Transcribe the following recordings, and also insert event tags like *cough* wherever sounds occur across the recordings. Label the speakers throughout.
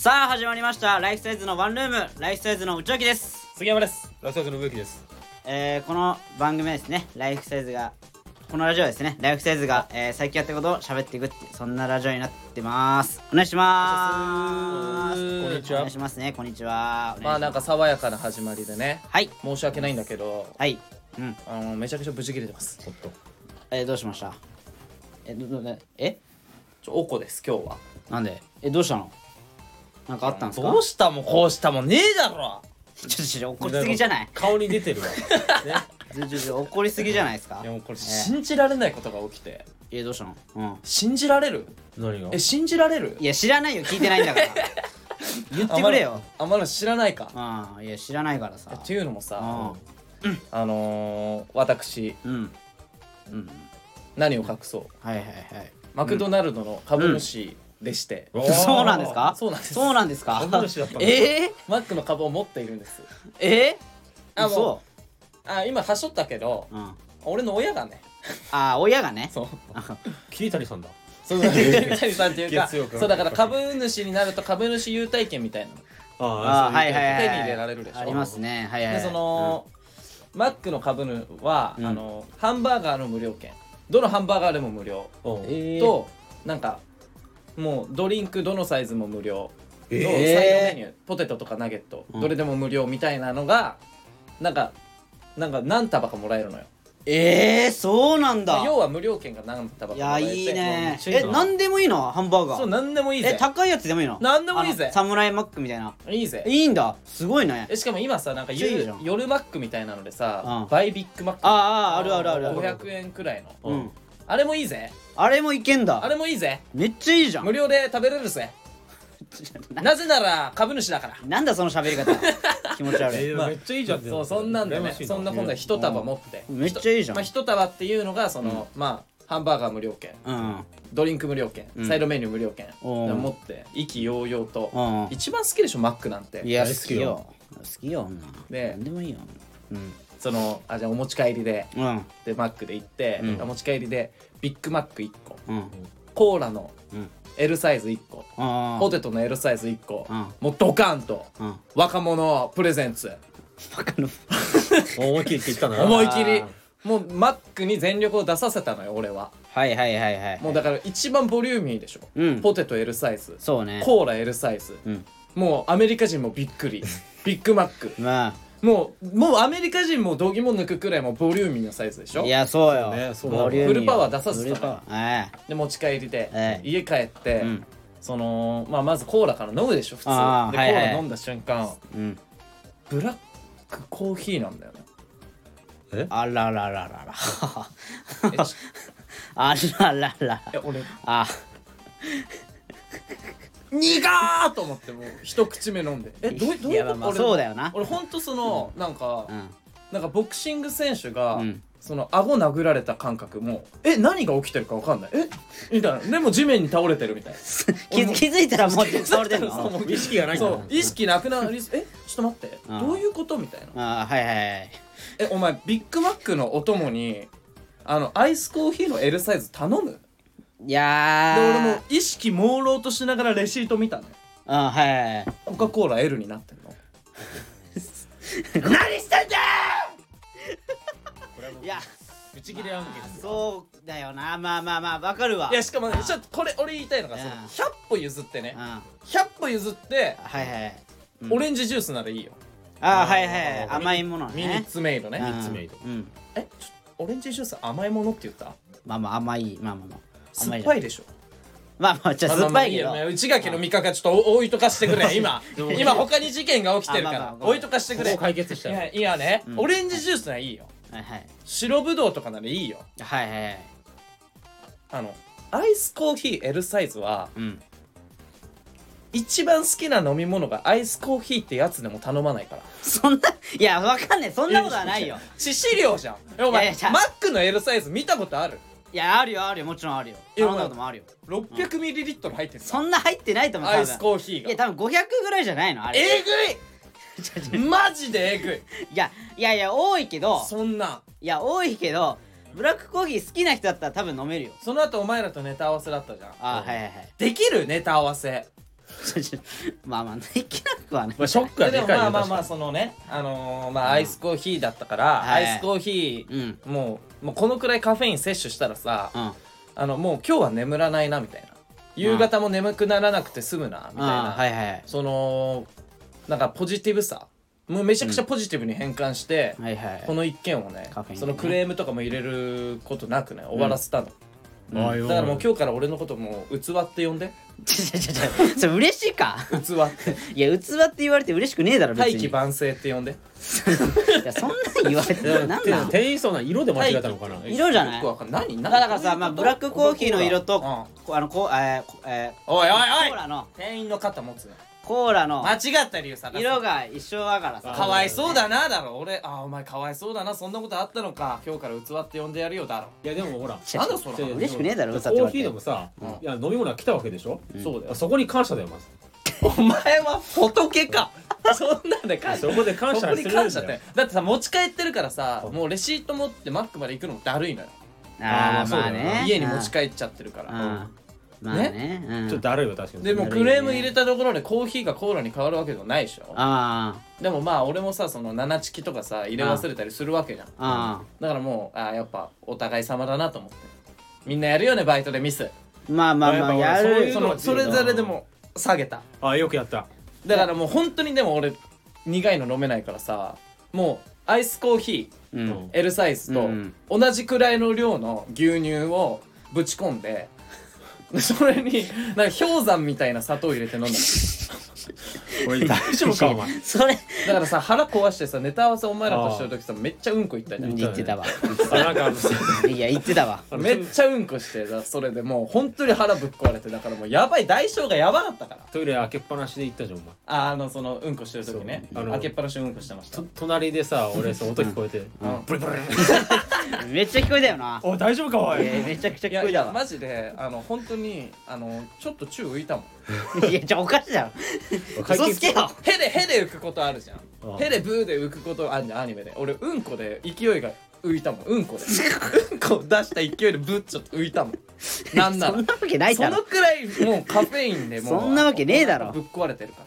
Speaker 1: 始まりましたライフサイズのワンルームライフサイズの内脇です、
Speaker 2: 杉山です
Speaker 3: ラストの植木です。
Speaker 1: えーこの番組はですねライフサイズがこのラジオはですねライフサイズが、えー最近やったことを喋っていくっていうそんなラジオになってますお願いします
Speaker 3: こんにちは
Speaker 1: お願いしますねこんにちはお願いしす
Speaker 2: まあなんか爽やかな始まりでね
Speaker 1: はい
Speaker 2: 申し訳ないんだけど
Speaker 1: はいうん
Speaker 2: あのめちゃくちゃブチ切れてます
Speaker 3: おっと。
Speaker 1: えーどうしましたえどどどえ
Speaker 2: ちょおこです今日は
Speaker 1: なんでえどうしたのなんかあったんですか
Speaker 2: どうしたもこうしたもねえだろ
Speaker 1: ちょちょちょ怒りすぎじゃない
Speaker 3: 顔に出てるわ。ね。
Speaker 1: ちょちょちょ怒りすぎじゃないですか
Speaker 3: いやもうこれ
Speaker 2: 信じられないことが起きて
Speaker 1: えどうしたのうん
Speaker 2: 信じられる
Speaker 3: 何が
Speaker 2: え？信じられる
Speaker 1: いや知らないよ聞いてないんだ
Speaker 2: *laughs*
Speaker 1: から言ってくれよ
Speaker 2: あまり知らないか
Speaker 1: ああいや知らないからさ
Speaker 2: っていうのもさ
Speaker 1: あ
Speaker 2: あのー私
Speaker 1: あうんうん
Speaker 2: 何を隠そう
Speaker 1: はいはいはい
Speaker 2: マクドナルドの株主でして
Speaker 3: おー
Speaker 1: そうなんですか
Speaker 2: そうなんです
Speaker 1: そうなんですか
Speaker 3: 株主だったんだ
Speaker 1: え
Speaker 2: マックの株を持っているんです
Speaker 1: ー、え
Speaker 2: あ
Speaker 1: ー、
Speaker 2: もう
Speaker 1: そ
Speaker 2: あ今はしょったけど
Speaker 1: う、うん、あ
Speaker 2: 俺の親がね
Speaker 1: あ親がね
Speaker 2: そう
Speaker 3: 桐谷さんだ。
Speaker 2: そうそう谷さんっていうか
Speaker 3: 月曜から
Speaker 2: そうだから株主になると株主優待券みたいなの
Speaker 1: ああはいはいはい
Speaker 2: 手に入れられるでしょ
Speaker 1: ありますねはいはい
Speaker 2: でその、マックの株主は、
Speaker 1: うん
Speaker 2: あのハンバーガーの無料券どのハンバーガーでも無料
Speaker 3: うん
Speaker 1: うんえー、
Speaker 2: と、なんかもうドリンクどのサイズも無料の
Speaker 3: え
Speaker 2: サイド
Speaker 3: ー
Speaker 2: メニュー、ポテトとかナゲット、
Speaker 1: うん
Speaker 2: どれでも無料みたいなのがなんかなんか何束かもらえるのよ
Speaker 1: えー、そうなんだ
Speaker 2: 要は無料券が何束か
Speaker 1: い
Speaker 2: もら
Speaker 1: や
Speaker 2: えて
Speaker 1: いいね
Speaker 3: ちゃいい
Speaker 1: え
Speaker 3: な
Speaker 1: なんでもいいのハンバーガー
Speaker 2: そう何でもいい
Speaker 1: え
Speaker 2: ぜ
Speaker 1: 高いやつでもいいの
Speaker 2: なんでもいいぜ
Speaker 1: あのサムライマックみたいない
Speaker 2: いぜ
Speaker 1: いいんだすごいね
Speaker 2: えしかも今さなんか
Speaker 1: めっちゃいいじ
Speaker 2: 夜
Speaker 1: ゃん
Speaker 2: 夜マックみたいなのでさ、
Speaker 1: うん
Speaker 2: 倍ビッグマック
Speaker 1: あーあーあるあるあるある
Speaker 2: 500円くらいの
Speaker 3: う
Speaker 1: うんん
Speaker 2: あれもいいぜ
Speaker 1: あれもいけんだ
Speaker 2: あれもいいぜ
Speaker 1: めっちゃいい *laughs* じゃん
Speaker 2: 無料で食べれるぜなぜなら株主だから
Speaker 1: なんだその喋り方気持ち悪い
Speaker 3: えー
Speaker 2: まあ
Speaker 3: めっちゃいいじゃん。で
Speaker 2: そ
Speaker 3: も
Speaker 2: うそんなんで
Speaker 3: 羨ま
Speaker 2: ね
Speaker 3: しい
Speaker 2: そんな今度は一束持って
Speaker 1: めっちゃいいじゃん
Speaker 2: まあ、一束っていうのがその、まあハンバーガー無料券
Speaker 1: うん
Speaker 2: ドリンク無料券、
Speaker 1: うん
Speaker 2: サイドメニュー無料券、
Speaker 1: うん
Speaker 2: 持って意気揚々と、
Speaker 1: うん
Speaker 2: 一番好きでしょマックなんて
Speaker 1: いや
Speaker 3: 大
Speaker 1: 好
Speaker 3: 好
Speaker 1: き
Speaker 3: き
Speaker 1: よ
Speaker 3: よ
Speaker 1: 好きよ女
Speaker 2: ね
Speaker 1: なんでもいいようん
Speaker 2: そのあじゃあお持ち帰りで
Speaker 1: うん
Speaker 2: でマックで行って、
Speaker 1: うん
Speaker 2: お持ち帰りでビッグマック1個
Speaker 1: うん
Speaker 2: コーラの
Speaker 1: うん
Speaker 2: L サイズ1個
Speaker 1: あ
Speaker 2: ポテトの L サイズ1個
Speaker 1: うん
Speaker 2: もうドカンと
Speaker 1: トうん
Speaker 2: 若者プレゼンツ
Speaker 1: バカの
Speaker 3: 思いっきりって言ったな。
Speaker 2: 思い切りもうマックに全力を出させたのよ俺は
Speaker 1: はいはいはいはい
Speaker 2: もうだから一番ボリューミーでしょ、
Speaker 1: うん
Speaker 2: ポテト L サイズ
Speaker 1: そうね
Speaker 2: コーラ L サイズ
Speaker 1: うん
Speaker 2: もうアメリカ人もびっくりビッグマック
Speaker 1: ま
Speaker 2: もうもうアメリカ人も度肝抜くくらいもうボリューミーなサイズでし
Speaker 1: あ
Speaker 2: ょ
Speaker 1: いやそうよ
Speaker 3: ねそう
Speaker 1: ボリューミーよ
Speaker 2: フルパワー出させたね
Speaker 1: フルパワーええ
Speaker 2: で持ち帰りで、
Speaker 1: ええ
Speaker 2: 家帰って、
Speaker 1: うん
Speaker 2: その、まあ、まずコーラから飲むでしょ普通で、
Speaker 1: あーはい
Speaker 2: コ
Speaker 1: はい
Speaker 2: ーラ飲んだ瞬間
Speaker 1: うん
Speaker 2: ブラックコーヒーなんだよ
Speaker 1: *laughs*
Speaker 2: ね
Speaker 1: あららららら
Speaker 2: えち
Speaker 1: あらららら
Speaker 2: え俺
Speaker 1: あ
Speaker 2: 苦ーと思ってもう一口目飲んで
Speaker 1: *laughs*
Speaker 2: えどうどう
Speaker 1: い
Speaker 2: い
Speaker 1: や
Speaker 2: う
Speaker 1: まあま
Speaker 2: こと
Speaker 1: あ
Speaker 2: 俺
Speaker 1: そうだよな
Speaker 2: 俺ほんとそのなんか、
Speaker 1: うん
Speaker 2: なんかボクシング選手が、
Speaker 1: うん
Speaker 2: その顎殴られた感覚もえ何が起きてるか分かんないえみたいなでも地面に倒れてるみたいな
Speaker 1: 気づ気づいたらもう倒れてる
Speaker 2: *laughs* そ
Speaker 1: の
Speaker 2: うもう
Speaker 3: 意識がないんだ
Speaker 2: そ
Speaker 3: な
Speaker 2: う意識なくなるえちょっと待って
Speaker 1: うん
Speaker 2: どういうことみたいな
Speaker 1: あはいはいはい
Speaker 2: えお前ビッグマックのお供にあのアイスコーヒーの L サイズ頼むで
Speaker 1: いやー
Speaker 2: 俺も意識朦朧としながらレシート見たのよ
Speaker 1: あはいはいはい
Speaker 2: コカ・コーラ L になってるの
Speaker 1: 何してんだいや
Speaker 3: 打ち切れ案件ですよ。
Speaker 1: そうだよなまあまあまあわかるわ
Speaker 2: いやしかもねちょっとこれ俺言いたいのがその
Speaker 1: うん
Speaker 2: 100歩譲ってね
Speaker 1: うんはい
Speaker 2: 100歩譲って
Speaker 1: はいうん
Speaker 2: オレンジジュースならいいよ
Speaker 1: あはいはいはい
Speaker 3: あ
Speaker 1: 甘いものね
Speaker 2: ミニッツメイドね
Speaker 1: うん
Speaker 3: ツメイド
Speaker 1: うん
Speaker 2: えちょオレンジジュース甘いものって言った
Speaker 1: まあまあ甘いまあまあまあ
Speaker 2: 酸っぱ
Speaker 1: い
Speaker 2: いでしょ
Speaker 1: まあまあじゃあ酸っぱいけど
Speaker 2: まあまあいいよ内垣の味覚がちょっとお置いとかしてくれ今
Speaker 3: でも
Speaker 2: 今他に事件が起きてるか
Speaker 1: あまあまあ
Speaker 2: ら
Speaker 1: ごめん
Speaker 2: 置いとかしてく
Speaker 3: こ
Speaker 2: れ
Speaker 3: こ解決し
Speaker 2: い
Speaker 3: た
Speaker 2: や
Speaker 3: よ。
Speaker 2: いやね
Speaker 1: うん
Speaker 2: オレンジジュースならいいよ
Speaker 1: はいはい
Speaker 2: 白ぶどうとかならいいよ
Speaker 1: はいはいはい
Speaker 2: あのアイスコーヒー L サイズは
Speaker 1: うん
Speaker 2: 一番好きな飲み物がアイスコーヒーってやつでも頼まないから
Speaker 1: そんないやわかんないそんなことはないよ
Speaker 2: 致死量じゃんえお
Speaker 1: いや
Speaker 2: 前
Speaker 1: いやじゃあ
Speaker 2: マックの L サイズ見たことある
Speaker 1: いやあるよあるよもちろんあるよ
Speaker 2: いや
Speaker 1: 頼んだこともあるよ
Speaker 2: 600ml 入ってる
Speaker 1: そんな入ってないと思う
Speaker 2: アイス
Speaker 1: 多分
Speaker 2: コーヒー
Speaker 1: いや
Speaker 2: が
Speaker 1: 多分500ぐらいじゃないのあれ
Speaker 2: えぐ
Speaker 1: *laughs*
Speaker 2: いマジでえぐい
Speaker 1: いやいやいや多いけど
Speaker 2: そんなん
Speaker 1: いや多いけどブラックコーヒー好きな人だったら多分飲めるよ
Speaker 2: その後お前らとネタ合わせだったじゃん
Speaker 1: あはいはいはい *laughs*
Speaker 2: できるネタ合わせ
Speaker 1: まあまあできなくはない
Speaker 3: まあショックは
Speaker 2: で
Speaker 3: で
Speaker 2: も
Speaker 3: かい
Speaker 2: まあ
Speaker 3: よ
Speaker 2: まあまあ
Speaker 3: 確か
Speaker 2: そのねあのーまあアイスコーヒーだったから、
Speaker 1: はい
Speaker 2: アイスコーヒー、
Speaker 1: うん
Speaker 2: もうもうこのくらいカフェイン摂取したらさ、
Speaker 1: うん
Speaker 2: あのもう今日は眠らないなみたいな夕方も眠くならなくて済むなみたいな、
Speaker 1: ああはいはい
Speaker 2: そのなんかポジティブさもうめちゃくちゃポジティブに変換して、
Speaker 1: はいはい
Speaker 2: この一件をね
Speaker 1: カフェインね
Speaker 2: そのクレームとかも入れることなくね終わらせたの、
Speaker 3: にああよ
Speaker 2: だからもう今日から俺のこともう器って呼んで
Speaker 1: ちょちょちょちょ *laughs* それ嬉しいか
Speaker 2: 器
Speaker 1: *laughs*
Speaker 2: って
Speaker 1: いや器って言われて嬉しくねえだろ別
Speaker 2: 大
Speaker 1: に
Speaker 2: 器
Speaker 1: い
Speaker 2: 晩成って呼んで
Speaker 1: やそんなん言われてなんな
Speaker 3: てか
Speaker 1: ん
Speaker 3: 店員さんの色で間違えたのかな
Speaker 1: 色じゃな
Speaker 2: よ
Speaker 1: い
Speaker 2: くわかんない何
Speaker 1: だからさ、まあ、ブラックコーヒーの色と、
Speaker 2: うん
Speaker 1: こあのこうえーこえー
Speaker 2: おいおい
Speaker 1: コー
Speaker 2: おい
Speaker 1: ラの
Speaker 2: 店員の肩持つな
Speaker 1: コーラの
Speaker 2: 間違った理由探す
Speaker 1: 色が一緒だから
Speaker 2: か
Speaker 1: さ
Speaker 2: わいそうだなだろ俺あお前かわいそうだなそんなことあったのか今日から器って呼んでやるよだろ
Speaker 4: いやでもほら
Speaker 1: ちょ
Speaker 2: なんだそれ
Speaker 4: いやいや
Speaker 1: 嬉しくねえだろ
Speaker 4: でも
Speaker 1: 嘘って
Speaker 4: コー
Speaker 1: 言わ
Speaker 4: ヒー
Speaker 1: れて
Speaker 4: でもさ
Speaker 2: うん
Speaker 4: いや飲み物が来たわけでしょ
Speaker 2: そうだよ
Speaker 4: そこに感謝だよまず
Speaker 2: お前は仏かそんなんで感謝
Speaker 3: そこで感
Speaker 2: そ
Speaker 3: 謝
Speaker 2: こ
Speaker 3: す
Speaker 2: に
Speaker 3: るん
Speaker 2: 感謝っ
Speaker 3: だ
Speaker 2: て
Speaker 3: よ
Speaker 2: だってさ持ち帰ってるからさもうレシート持ってマックまで行くのもだるいのよ
Speaker 1: ああま
Speaker 3: あーまあ
Speaker 1: あ
Speaker 3: そうだ
Speaker 1: ね
Speaker 3: な
Speaker 2: 家に持ち
Speaker 1: っ
Speaker 2: 帰っちゃってるか
Speaker 1: た
Speaker 2: ら
Speaker 1: まあねうん
Speaker 3: ちょっとだるいわ確かに
Speaker 2: でもう
Speaker 1: だるい
Speaker 2: ク
Speaker 1: ね
Speaker 2: レーム入れたところでコーヒーがコーラに変わるわけでもないでしょ
Speaker 1: あ
Speaker 2: でもまあ俺もさその七チキとかさ入れ忘れたりするわけじゃん
Speaker 1: ああ
Speaker 2: だからもうあーやっぱお互い様だなと思ってみんなやるよねバイトでミス
Speaker 1: あまあまあまあや
Speaker 3: そうい
Speaker 1: る
Speaker 3: う
Speaker 2: そ
Speaker 3: の
Speaker 2: の
Speaker 3: は
Speaker 2: それぞれでも下げた
Speaker 3: あよくやった
Speaker 2: だからもう本当にでも俺苦いの飲めないからさもうアイスコーヒ
Speaker 1: う
Speaker 3: うんん
Speaker 2: ー L サイズ
Speaker 1: う
Speaker 2: と
Speaker 1: ん
Speaker 2: 同じくらいの量の牛乳をぶち込んで *laughs* それになんか氷山みたいな砂糖入れて飲んだ
Speaker 3: おい *laughs* 大丈夫か
Speaker 2: *laughs*
Speaker 3: お前
Speaker 1: *laughs* それ
Speaker 2: だからさ腹壊してさネタ合わせお前らとしてる時さめっちゃうんこいったじゃん
Speaker 1: 言ってたわ
Speaker 3: あなんかあの
Speaker 1: いや言ってたわ
Speaker 2: めっちゃうんこしてだそれでもう本当に腹ぶっ壊れてだからもうやばい代償がやばかったから
Speaker 3: トイレ開けっぱなしで行ったじゃんお前
Speaker 2: ああのそのうんこしてる時ね
Speaker 3: そうあの
Speaker 2: 開けっぱなしにうんこしてました
Speaker 3: と隣でさ俺そう音聞こえて
Speaker 2: ん
Speaker 3: ブリブリ
Speaker 1: めっちゃ聞こえたよな
Speaker 3: *laughs* おい大丈夫かお
Speaker 1: い
Speaker 3: い
Speaker 1: やめちゃくちゃ
Speaker 2: い
Speaker 1: 聞
Speaker 2: や
Speaker 1: こえ
Speaker 2: い
Speaker 1: た
Speaker 2: や
Speaker 1: わ
Speaker 2: マジであの本当にあのちょっと宙浮いたもん
Speaker 1: いやじゃあおかしいだろ嘘つけよ
Speaker 2: ヘでヘで浮くことあるじゃ
Speaker 3: うん
Speaker 2: んヘでブーで浮くことあるじゃんアニメで俺うんこで勢いが浮いたもんうん
Speaker 1: *laughs*
Speaker 2: こでうんこ出した勢いでブッちょっと浮いたもんなんな
Speaker 1: そ
Speaker 2: ら
Speaker 1: んなわけない
Speaker 2: そ
Speaker 1: だ
Speaker 2: の
Speaker 1: ろ
Speaker 2: くらいもうカフェインでもう
Speaker 1: そんなわけねえだろ
Speaker 2: ぶっ壊れてるか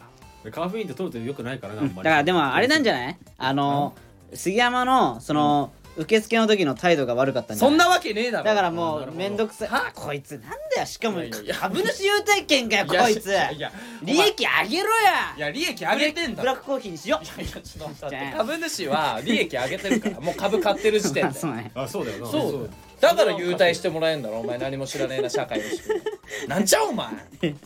Speaker 2: ら
Speaker 3: カフェインって取るとよくないからなあん
Speaker 1: だ
Speaker 3: まり
Speaker 1: からでもあれなんじゃないあの杉山のその受付の時の態度が悪かったんじゃ
Speaker 2: そ
Speaker 1: ない
Speaker 2: んなわけねえだろ
Speaker 1: だから
Speaker 3: あ
Speaker 1: も
Speaker 3: なる
Speaker 1: う
Speaker 3: ほど
Speaker 1: めんどくさい
Speaker 2: は
Speaker 1: こいつなんだよしかも
Speaker 2: いやいやいや
Speaker 1: 株主優待券かよ
Speaker 2: いや
Speaker 1: こいつ
Speaker 2: やや
Speaker 1: 利益上げろや
Speaker 2: いや利益上げてんだ
Speaker 1: ブラ
Speaker 2: ろ
Speaker 1: ックコーヒーにしよ
Speaker 2: いやいやちょっと待っ
Speaker 1: じ
Speaker 2: て
Speaker 1: ゃあ
Speaker 2: 株主は利益上げてるからもう株買ってる時
Speaker 1: う
Speaker 2: 点
Speaker 1: あ *laughs*
Speaker 2: で
Speaker 1: そうね
Speaker 3: あそうだよな
Speaker 2: そうだよだから優待してもらえんだろお前何も知らねえな社会の仕組みなんじゃお前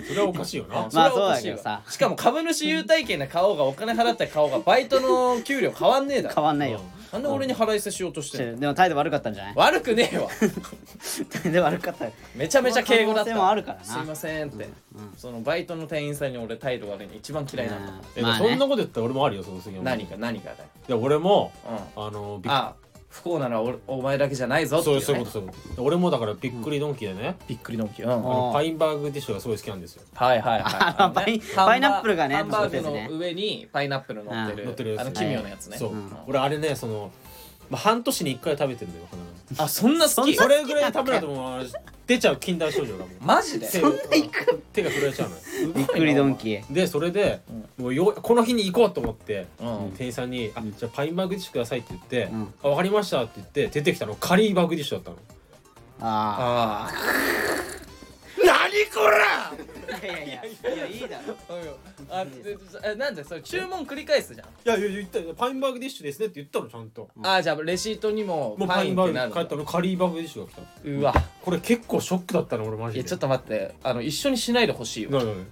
Speaker 3: それはおかしいよな
Speaker 1: まあ
Speaker 2: れはおかしいわ
Speaker 1: そうだけどさ
Speaker 2: しかも株主優待券で買おうがお金払って買おうがバイトの給料変わんねえだ
Speaker 1: 変
Speaker 2: ろ
Speaker 1: わんないよ
Speaker 2: *laughs* なんで俺に払いせしようとしてんの
Speaker 1: でも態度悪かったんじゃない *laughs*
Speaker 2: 悪くねえわ
Speaker 1: 態度悪かったよ
Speaker 2: めちゃめちゃ敬語だっ
Speaker 1: 可能性もあ
Speaker 2: た
Speaker 1: るからな
Speaker 2: すいませんってそのバイトの店員さんに俺態度悪いの一番嫌いなんだ
Speaker 3: え
Speaker 1: うんまあ
Speaker 3: そんな
Speaker 1: ね
Speaker 3: こと言ったら俺もあるよその次
Speaker 2: 何か何かだよ
Speaker 3: いや俺も
Speaker 2: うん
Speaker 3: あのびっ
Speaker 2: あ不幸ならおお前だけじゃないぞって
Speaker 3: そう
Speaker 2: い
Speaker 3: いうう
Speaker 2: ね
Speaker 3: そういうことそういうこと俺もだからびっくりドンキーでね
Speaker 2: びっくりドンキーうん
Speaker 3: あ
Speaker 1: あ
Speaker 3: の
Speaker 1: ー
Speaker 3: パインバーグディッシュがすごい好きなんですよ
Speaker 2: はいは
Speaker 1: *laughs*
Speaker 2: いは
Speaker 1: あ
Speaker 2: い
Speaker 1: の
Speaker 2: あのね
Speaker 1: パイン
Speaker 2: ハンバー
Speaker 1: パイナップルがね
Speaker 2: ハンバ
Speaker 1: 乗
Speaker 2: ー
Speaker 1: って
Speaker 2: グ
Speaker 1: るやつね
Speaker 2: の上にパイナップル乗ってる
Speaker 1: うん
Speaker 3: 乗ってるやつ
Speaker 2: あの奇妙なやつね
Speaker 3: そう
Speaker 1: うん
Speaker 3: 俺あれねそのまあ半年に1回食べてるんだよ必
Speaker 2: あそんな好
Speaker 3: ず
Speaker 2: き
Speaker 3: それぐらい食べないともう出ちゃう禁断症状がもう
Speaker 2: マジで
Speaker 3: 手
Speaker 2: う
Speaker 3: が手が震えちゃうのよ
Speaker 1: びっくりドンキー
Speaker 3: でそれで、もうよこの日に行こうと思って、
Speaker 2: ん
Speaker 3: 店員さんに「あじゃあパインバーグディッシュください」って言って「
Speaker 1: うん
Speaker 3: あ分かりました」って言って出てきたのカリーバーグディッシュだったの
Speaker 1: あ
Speaker 2: ああ *laughs* 何こら
Speaker 1: あいやいやいやいいだろ
Speaker 2: あでえなんでそれ注文繰り返すじゃん
Speaker 3: 「いやいや言ったよパインバーグディッシュですね」って言ったのちゃんと
Speaker 2: あーじゃあレシートにも
Speaker 3: もう
Speaker 2: パ
Speaker 3: パ
Speaker 2: イ
Speaker 3: イ
Speaker 2: ン
Speaker 3: ン
Speaker 2: っ
Speaker 3: バ
Speaker 2: て
Speaker 3: ー
Speaker 2: なるん
Speaker 3: グ帰
Speaker 2: だ
Speaker 3: ったのカリーバーグディッシュが来たの
Speaker 2: うわ
Speaker 3: これ結構ショックだったの俺マジ
Speaker 2: いや
Speaker 3: で
Speaker 2: ちょっと待ってあの一緒にしないでほしいよ
Speaker 3: なになに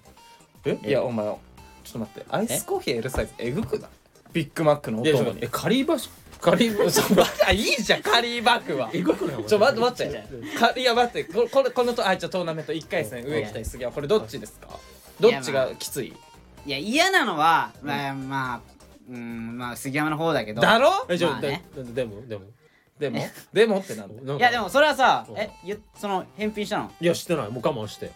Speaker 3: え
Speaker 2: いやお前ちょっと待ってアイスコーヒー L サイズえぐくないビッグマックのお
Speaker 3: いやちょっ
Speaker 2: 供
Speaker 3: と
Speaker 2: に
Speaker 3: 待ってえカリーバーカリーバー
Speaker 2: ちょバカいいじゃんカリーバッグは
Speaker 3: えぐくない
Speaker 2: ちょ待って待ってかいや待ってここれこのとあじゃあトーナメント1回戦上来たりすぎはこれどっちですかどっちがきつい
Speaker 1: いや嫌なのはまあまあうんまあ杉山の方だけど
Speaker 2: だろ
Speaker 3: えじゃ
Speaker 1: ま
Speaker 3: あ
Speaker 1: あ
Speaker 3: で
Speaker 1: ね
Speaker 3: でもでも
Speaker 2: でもでもってなんだ
Speaker 3: なんか
Speaker 1: いやでもそれはさえゆその返品したの
Speaker 3: いやしてないもう我慢して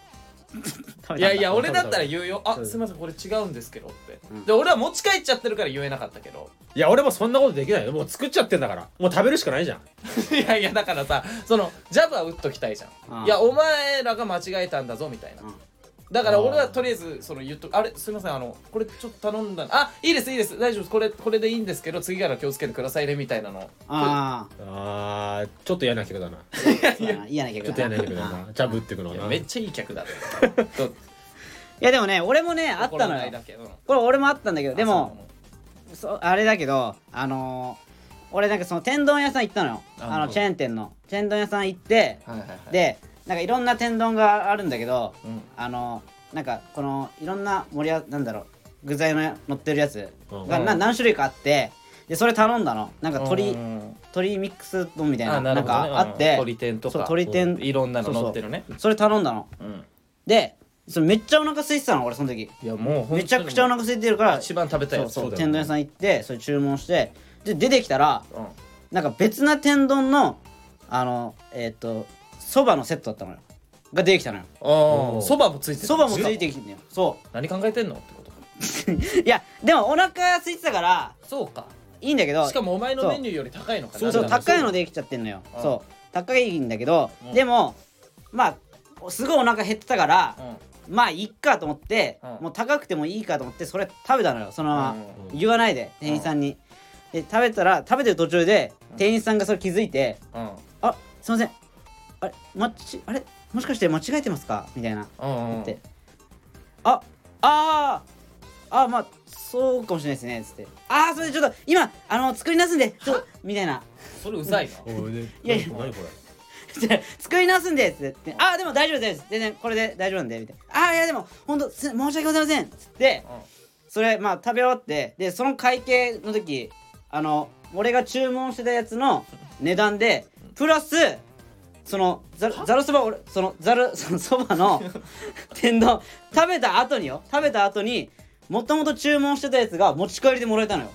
Speaker 1: *laughs*
Speaker 2: いやいや
Speaker 3: 食
Speaker 2: 俺
Speaker 3: べた
Speaker 2: だったら言うよあすいませんこれ違うんですけどってで俺は持ち帰っちゃってるから言えなかったけど *laughs*
Speaker 3: いや俺もそんなことできないよもう作っちゃってんだからもう食べるしかないじゃん
Speaker 2: いやいやだからさそのジャブは打っときたいじゃ
Speaker 1: うん
Speaker 2: んいやお前らが間違えたんだぞみたいな
Speaker 1: うん
Speaker 2: だから俺はとりあえずその言っとくあれすいませんあのこれちょっと頼んだあいいですいいです大丈夫ですこれこれでいいんですけど次から気をつけてくださいねみたいなの
Speaker 1: ああ
Speaker 5: あーちょっと嫌な客だなち
Speaker 1: そうだな嫌な客
Speaker 5: ょっと嫌
Speaker 1: だな
Speaker 5: な客だ
Speaker 1: ああ
Speaker 5: なじゃあぶってくの
Speaker 2: い
Speaker 5: な
Speaker 2: やめっちゃいい客だ
Speaker 1: *laughs* いやでもね俺もねあ
Speaker 2: あ
Speaker 1: ったの
Speaker 2: ない
Speaker 1: よ
Speaker 2: だけ、うん
Speaker 1: これ俺もあったんだけどでも
Speaker 2: あ
Speaker 1: そうあれだけどあのー俺なんかその天丼屋さん行ったのよ
Speaker 2: あ
Speaker 1: あ
Speaker 2: う
Speaker 1: の
Speaker 2: ん
Speaker 1: チェーン店の天丼屋さん行って
Speaker 2: そうなのはいはいはい
Speaker 1: でなんかいろんな天丼があるんだけど
Speaker 2: うん
Speaker 1: あのなんかこのいろんな盛り合わなんだろう具材の乗ってるやつが
Speaker 2: うん
Speaker 1: な何種類かあってでそれ頼んだのなんか
Speaker 2: う
Speaker 1: 鶏
Speaker 2: ん
Speaker 1: 鶏ミックス丼みたい
Speaker 2: あ
Speaker 1: なな
Speaker 2: な
Speaker 1: ん
Speaker 2: るほどね
Speaker 1: かあって
Speaker 2: うん鶏天とか
Speaker 1: そう鶏天
Speaker 2: いろんなの乗ってる
Speaker 1: そ
Speaker 2: ね
Speaker 1: うそうそれ頼んだの
Speaker 2: うん
Speaker 1: でそれめっちゃお腹空いてたの俺その時
Speaker 2: いやもう本当に
Speaker 1: めちゃくちゃお腹空いてるから
Speaker 2: 一番食べたい
Speaker 1: そ
Speaker 2: や
Speaker 1: う
Speaker 2: つ
Speaker 1: そう
Speaker 3: そうだよね
Speaker 1: 天丼屋さん行ってそれ注文してで出てきたら
Speaker 2: うん
Speaker 1: なんか別な天丼のあのえっ、とそばのセットだったのよが出てきたのよ
Speaker 2: ああ
Speaker 5: おー
Speaker 2: そばもついてる
Speaker 1: そばもついてきてんのよそ
Speaker 2: 何考えてんのってことか
Speaker 1: う *laughs* いやでもお腹が空いてたから
Speaker 2: そうか
Speaker 1: いいんだけど
Speaker 2: しかもお前の
Speaker 1: そう
Speaker 2: メニューより高いのかな
Speaker 1: そう
Speaker 2: なんか
Speaker 1: 高いのできちゃってんのよ
Speaker 2: うん
Speaker 1: そう高いんだけど、
Speaker 2: うん
Speaker 1: でもまあすごいお腹減ってたから
Speaker 2: う、ん
Speaker 1: まあいっかと思って、
Speaker 2: うん
Speaker 1: もう高くてもいいかと思ってそれ食べたのよそのまま、
Speaker 2: うん
Speaker 1: 言わないで店員さんに、で食べたら食べてる途中で
Speaker 2: うん
Speaker 1: 店員さんがそれ気づいて
Speaker 2: うん
Speaker 1: 「あすいませんあれまちあれもしかして間違えてますか?」みたいな
Speaker 2: うんう
Speaker 1: 言
Speaker 2: ん
Speaker 1: って「ああーあーまあそうかもしれないですね」つって「ああそれでちょっと今あの作り直すんでちょみたいな *laughs*
Speaker 2: それうざいな
Speaker 3: おいで
Speaker 1: いやいや
Speaker 3: 何これ
Speaker 1: で作り直すんで」っつって「ああでも大丈夫です全然これで大丈夫なんで」みたいな「ああいやでも本当申し訳ございません」つってそれまあ食べ終わってでその会計の時あの俺が注文してたやつの値段でプラスそのざるざるそば俺そのざるそ *laughs* のそばの天丼食べた後によ食べた後にもともと注文してたやつが持ち帰りでもらえたのよ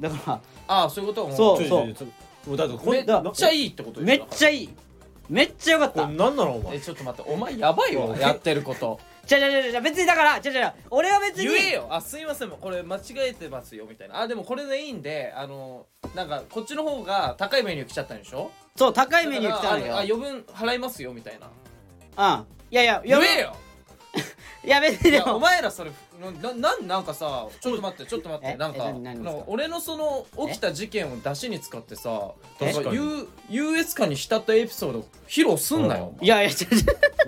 Speaker 1: だか
Speaker 2: ああそういうこと
Speaker 1: そう
Speaker 3: ちょいちょいちょいもうだってこ
Speaker 2: め
Speaker 3: れ
Speaker 2: っ
Speaker 1: だ
Speaker 2: ちゃいいってこと
Speaker 1: らめっち
Speaker 2: ゃ
Speaker 1: ゃいいめっちゃよかっ
Speaker 3: これ
Speaker 1: た
Speaker 3: 何なのお前
Speaker 2: えちょっと待ってお前やばい
Speaker 1: *laughs*
Speaker 2: わやってること
Speaker 1: じゃじゃじゃじゃ別にだからじゃじゃ俺は別に
Speaker 2: 言えよあすいませんこれ間違えてますよみたいなあでもこれでいいんであのなんかこっちの方が高いメニュー来ちゃったんでしょ
Speaker 1: そう高いメニュー来たの
Speaker 2: だからああ
Speaker 1: よ
Speaker 2: 余分払いますよみたいな
Speaker 1: うんいやいや
Speaker 2: 言
Speaker 1: やめ
Speaker 2: えよ
Speaker 1: いや別に
Speaker 2: い
Speaker 1: で
Speaker 2: やお
Speaker 1: も
Speaker 2: 前らそれななんなんかさちょっと待ってちょっと待っ
Speaker 1: え
Speaker 2: てなんか
Speaker 1: え何何ですか
Speaker 2: 俺のその起きた事件を出しに使ってさな
Speaker 3: え
Speaker 2: んか
Speaker 3: 確か
Speaker 2: U- US 化に浸ったエピソード披露すんなよ
Speaker 1: いやいやちょちょ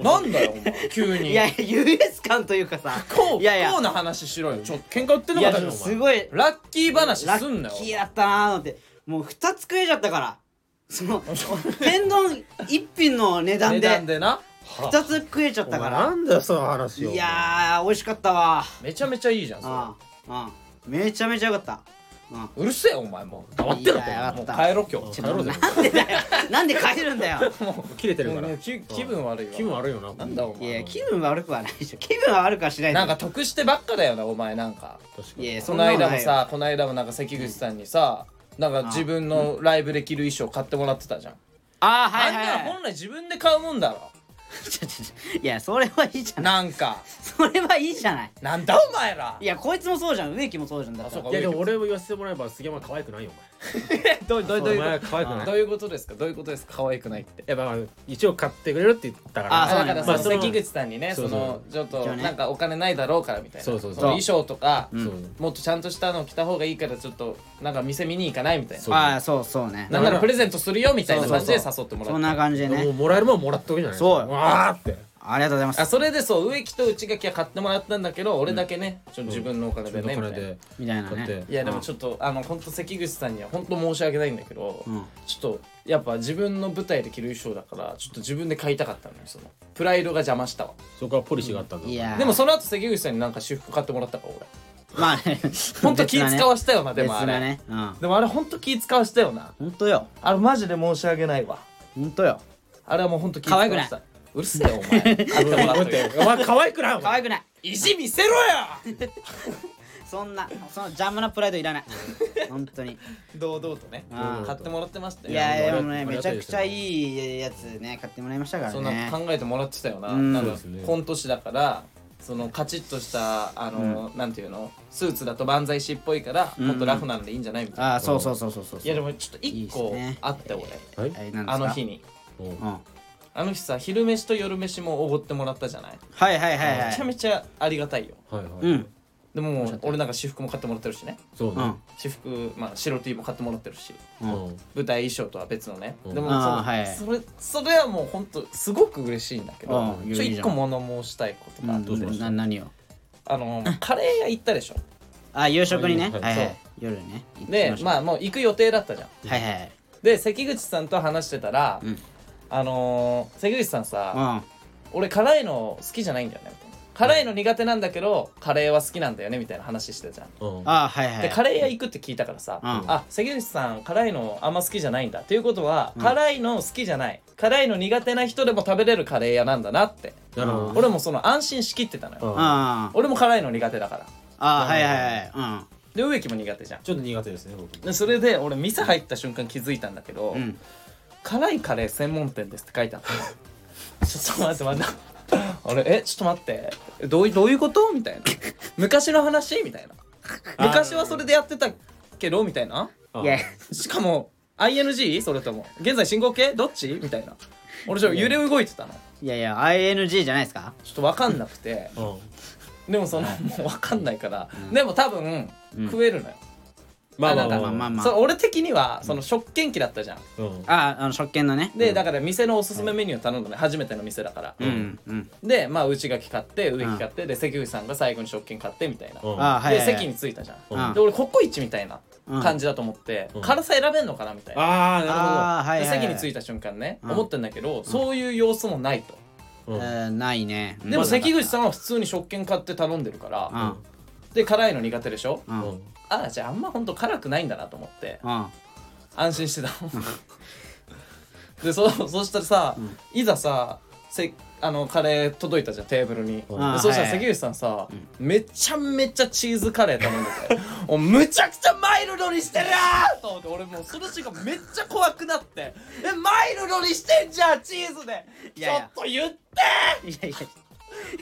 Speaker 2: お前なんだよお前急に
Speaker 1: いやいや US 感というかさ
Speaker 2: こう
Speaker 1: いやいや
Speaker 2: こうな話しろよちょっと
Speaker 5: 喧嘩売ってんの
Speaker 1: い
Speaker 5: か
Speaker 1: や
Speaker 5: だ
Speaker 1: で
Speaker 5: けどお
Speaker 1: もす
Speaker 5: 前
Speaker 1: ごい
Speaker 2: ラッキー話
Speaker 1: ラ
Speaker 2: すんな
Speaker 1: ッ
Speaker 2: よ
Speaker 1: キーだったなーなんてもう2つ食えちゃったからその天丼1品の値段
Speaker 2: 値段
Speaker 1: で
Speaker 2: でな
Speaker 1: 2つ食えちゃっ
Speaker 5: お
Speaker 1: た
Speaker 5: 前
Speaker 1: か
Speaker 5: な
Speaker 1: ら
Speaker 5: んだよその話を
Speaker 1: いやー美味しかったわ
Speaker 2: めちゃめちゃいいじゃんそれ
Speaker 1: ああめちゃめちゃよかったうん
Speaker 2: うるせえお前もう
Speaker 5: 黙ってろ
Speaker 1: いや
Speaker 2: もう
Speaker 1: 分かった
Speaker 2: 帰ろ今
Speaker 5: ち
Speaker 2: 日
Speaker 5: ょっと帰ろうぜ
Speaker 1: なんでだよなんで帰るんだよ
Speaker 5: 切れてるから
Speaker 2: もう気気分悪いわ
Speaker 5: 気分悪いよな
Speaker 2: なんだお
Speaker 1: いや
Speaker 2: 前
Speaker 1: 気分悪くはないでしょ気分は悪くはしないでし
Speaker 2: な
Speaker 1: ょ
Speaker 2: んか得してばっかだよなお前なんか
Speaker 5: 確か
Speaker 1: い
Speaker 5: に
Speaker 1: や
Speaker 2: こ
Speaker 1: そん
Speaker 2: の
Speaker 1: なこと
Speaker 2: 間
Speaker 1: な
Speaker 2: も
Speaker 1: いよ
Speaker 2: さこの間もなんか関口さんにさなんか自分のライブで着る衣装買ってもらってたじゃん
Speaker 1: ああは
Speaker 2: あん
Speaker 1: いはい
Speaker 2: なの
Speaker 1: はい
Speaker 2: 本来自分で買うもんだろ
Speaker 1: ちょちょちょいやそれはいいじゃない
Speaker 2: なんか
Speaker 1: それはいいじゃない
Speaker 2: なんだお前ら
Speaker 1: いやこいつもそうじゃん植木もそうじゃんだったら
Speaker 2: あそう
Speaker 5: いやでも俺も言わせてもらえば杉山可愛くないよ
Speaker 2: *laughs* どうどう
Speaker 5: お
Speaker 2: ど
Speaker 5: 前
Speaker 2: うい
Speaker 5: お
Speaker 2: う
Speaker 5: 前
Speaker 2: こ
Speaker 5: 可愛く
Speaker 2: と
Speaker 5: な
Speaker 2: ど
Speaker 5: いう
Speaker 2: いうことですかどういうことですか可愛くないって
Speaker 5: やっぱ一応買ってくれるって言ったから
Speaker 1: あ
Speaker 2: あ
Speaker 1: そう
Speaker 2: だ
Speaker 1: な
Speaker 2: か
Speaker 1: んだ
Speaker 2: らその
Speaker 5: まあその
Speaker 2: 関口さんにね
Speaker 5: そ
Speaker 2: そう
Speaker 5: そう
Speaker 2: のちょっと
Speaker 1: 一応ね
Speaker 2: なんかお金ないだろうからみたいな
Speaker 5: そうそうそう
Speaker 2: の衣装とか
Speaker 1: うん
Speaker 5: そう
Speaker 2: もっとちゃんとしたの着た方がいいからちょっとなんか店見に行かないみたいな
Speaker 5: そう
Speaker 1: ああそうそうね
Speaker 2: なんならプレゼントするよみたいな感じで誘ってもらった
Speaker 1: そんな感じで
Speaker 5: もう
Speaker 1: ね
Speaker 5: もらえるもんもらっとくじゃない
Speaker 1: そうよ
Speaker 5: わーって
Speaker 1: ありがとうございま
Speaker 2: あ
Speaker 1: す
Speaker 2: それでそう植木と内垣は買ってもらったんだけど俺だけね、ちょっと自分のお金
Speaker 5: 自
Speaker 2: でね
Speaker 5: 分の
Speaker 2: み
Speaker 5: 金
Speaker 2: たいな
Speaker 5: で
Speaker 1: みたいな
Speaker 5: だって
Speaker 1: ね
Speaker 2: いやでもちょっとあの本当関口さんには本当申し訳ないんだけど、
Speaker 1: うん
Speaker 2: ちょっとやっぱ自分の舞台で着る衣装だからちょっと自分で買いたかったのよそのプライドが邪魔したわ
Speaker 5: そこはポリシーがあったんだ
Speaker 1: いや
Speaker 2: でもその後関口さんになんか私服買ってもらったから俺
Speaker 1: まあね
Speaker 2: *laughs* 本当気使わしたよなで
Speaker 1: 別
Speaker 2: もあ
Speaker 1: な
Speaker 2: れ、
Speaker 1: ねうん
Speaker 2: でもあれ本当気使わしたよな
Speaker 1: 本当よ
Speaker 2: あれマジで申し訳ないわ
Speaker 1: 本当よ
Speaker 2: あれはもう本当気使わし
Speaker 1: 可
Speaker 2: たうるせえよお前買って *laughs* もらっといて
Speaker 5: お前可愛くないお
Speaker 1: 可
Speaker 5: 前
Speaker 1: 愛くない
Speaker 2: 意地見せろや
Speaker 1: そんなそのジャムなプライドいらない本当
Speaker 2: *laughs*
Speaker 1: に
Speaker 2: *laughs* 堂々とね
Speaker 1: うん
Speaker 2: 買ってもらってましたよ
Speaker 1: いやいやでも
Speaker 5: あ
Speaker 1: ね
Speaker 5: りが
Speaker 1: めち
Speaker 5: た
Speaker 1: ゃ
Speaker 5: い
Speaker 1: く
Speaker 5: です
Speaker 1: ちゃいいやつね買ってもらいましたから
Speaker 2: そんな
Speaker 1: ね
Speaker 2: 考えてもらってたよな,、
Speaker 1: うん
Speaker 2: なんか
Speaker 5: そうですね
Speaker 2: コント師だからそのカチッとしたあの、なんていうのスーツだと漫才師っぽいから、
Speaker 1: うん
Speaker 2: もっとラフなんでいいんじゃないみたいな、
Speaker 1: ああそうそうそうそうそう
Speaker 2: いやでもちょっと一
Speaker 1: いいっ
Speaker 2: 個
Speaker 1: すね
Speaker 2: あって俺
Speaker 5: はい
Speaker 1: えー何ですか
Speaker 2: あの日に
Speaker 5: おう
Speaker 1: うん
Speaker 2: ああの日さ昼飯と夜飯もおごってもらったじゃない、
Speaker 1: はいはいはいは
Speaker 2: めちゃ
Speaker 1: い
Speaker 2: めちゃありがたいよ
Speaker 3: はいはい、
Speaker 1: うん
Speaker 2: でももう俺なんか私服も買ってもらってるしね
Speaker 3: そう
Speaker 1: う
Speaker 3: ね
Speaker 1: ん、
Speaker 2: 私服まあ白 T も買ってもらってるし
Speaker 1: うん
Speaker 3: うん
Speaker 2: 舞台衣装とは別のね、
Speaker 3: うん
Speaker 2: でもそ,、
Speaker 1: あーはい
Speaker 2: それそれはもうほんとすごく嬉しいんだけど、
Speaker 1: うん
Speaker 2: ちょ
Speaker 1: いいじ
Speaker 2: 一
Speaker 1: ゃん
Speaker 2: 個物申したいことがあって、
Speaker 3: どうしました
Speaker 1: な何を
Speaker 2: あのカレー屋行ったでしょ
Speaker 1: あ夕食にねは
Speaker 3: はいい
Speaker 1: は
Speaker 2: そう
Speaker 1: い夜ね
Speaker 2: でまあもう行く予定だったじゃん
Speaker 1: あはいはい
Speaker 2: で関口さんと話してたら、
Speaker 1: うん
Speaker 2: あのー関口さんさ、
Speaker 1: うん
Speaker 2: 俺辛いの好きじゃないんだよねみたいな辛いの苦手なんだけどカレーは好きなんだよねみたいな話してたじゃん、
Speaker 3: うん
Speaker 1: あはいはい
Speaker 2: でカレー屋行くって聞いたからさ、
Speaker 1: うん
Speaker 2: あ関口さん辛いのあんま好きじゃないんだっていうことは、
Speaker 1: うん
Speaker 2: 辛いの好きじゃない辛いの苦手な人でも食べれるカレー屋なんだなって
Speaker 3: なるほどね
Speaker 2: 俺もその安心しきってたのよ、
Speaker 3: うん
Speaker 1: あ
Speaker 2: 俺も辛いの苦手だから
Speaker 1: あはいはいはいうん
Speaker 2: で植木も苦手じゃん
Speaker 3: ちょっと苦手ですね僕
Speaker 2: でそれで俺店入った瞬間気づいたんだけど、
Speaker 1: うん
Speaker 2: 辛いカレー専門店ですって書いてあった *laughs* ちょっと待って待って *laughs* あれえちょっと待ってえどういどういうことみたいな *laughs* 昔の話みたいな昔はそれでやってたけどみたいな
Speaker 3: あ
Speaker 1: いや
Speaker 2: しかも ING それとも現在進行形どっちみたいな俺ちょっと揺れ動いてたのち
Speaker 1: いやいや ING じゃないですか
Speaker 2: ょっと分かんなくて
Speaker 3: うん
Speaker 2: でもそのもう分かんないから、でも多分、
Speaker 1: うん
Speaker 2: 食えるのよ、
Speaker 3: まあま
Speaker 2: あ
Speaker 3: あ
Speaker 2: な
Speaker 3: ま
Speaker 2: ん
Speaker 3: あ
Speaker 2: か
Speaker 1: まあまあまあ
Speaker 2: そう俺的にはその食券機だったじゃん
Speaker 3: うん
Speaker 1: ああの食券のね
Speaker 2: で、だから店のおすすめメニュー頼んだね初めての店だから、
Speaker 1: うんうん
Speaker 2: でまあ内垣買って植木買って、で関口さんが最後に食券買ってみたいな、
Speaker 3: うん
Speaker 1: ああはい
Speaker 2: で
Speaker 1: はいは
Speaker 2: 席に
Speaker 1: い
Speaker 2: 着いたじゃん、
Speaker 1: うん
Speaker 2: で俺ココイチみたいな
Speaker 1: うん
Speaker 2: 感じだと思って、
Speaker 3: うん
Speaker 2: 辛さ選べんのかなみたいな、
Speaker 3: ああな
Speaker 1: ああはい
Speaker 2: で
Speaker 1: はい
Speaker 2: 席に着
Speaker 1: い
Speaker 2: いた瞬間ね、
Speaker 1: うん
Speaker 2: 思ったんだけど、そういう様子もないと、
Speaker 3: るほど、
Speaker 1: ないね
Speaker 2: でも関口
Speaker 1: ん
Speaker 2: さんは普通に食券買って頼んでるから、
Speaker 1: うん
Speaker 2: で辛いの苦手でしょ、
Speaker 1: うん
Speaker 3: う
Speaker 1: うんん
Speaker 2: ああじゃああんまほんと辛くないんだなと思って
Speaker 1: あ
Speaker 2: 安心してた *laughs* のでそそしたらさ、いざさせあのカレー届いたじゃんテーブルに、
Speaker 1: あ
Speaker 2: でそした
Speaker 1: は
Speaker 2: ら
Speaker 1: いはい
Speaker 2: 関口さんさ、めちゃめちゃチーズカレー頼んで
Speaker 1: *laughs*
Speaker 2: ておむちゃくちゃマイルドにしてるなーと思って俺もうその瞬間めっちゃ怖くなって「えマイルドにしてんじゃんチーズで
Speaker 1: いやいや
Speaker 2: ちょっと言って!」
Speaker 1: いやいやいや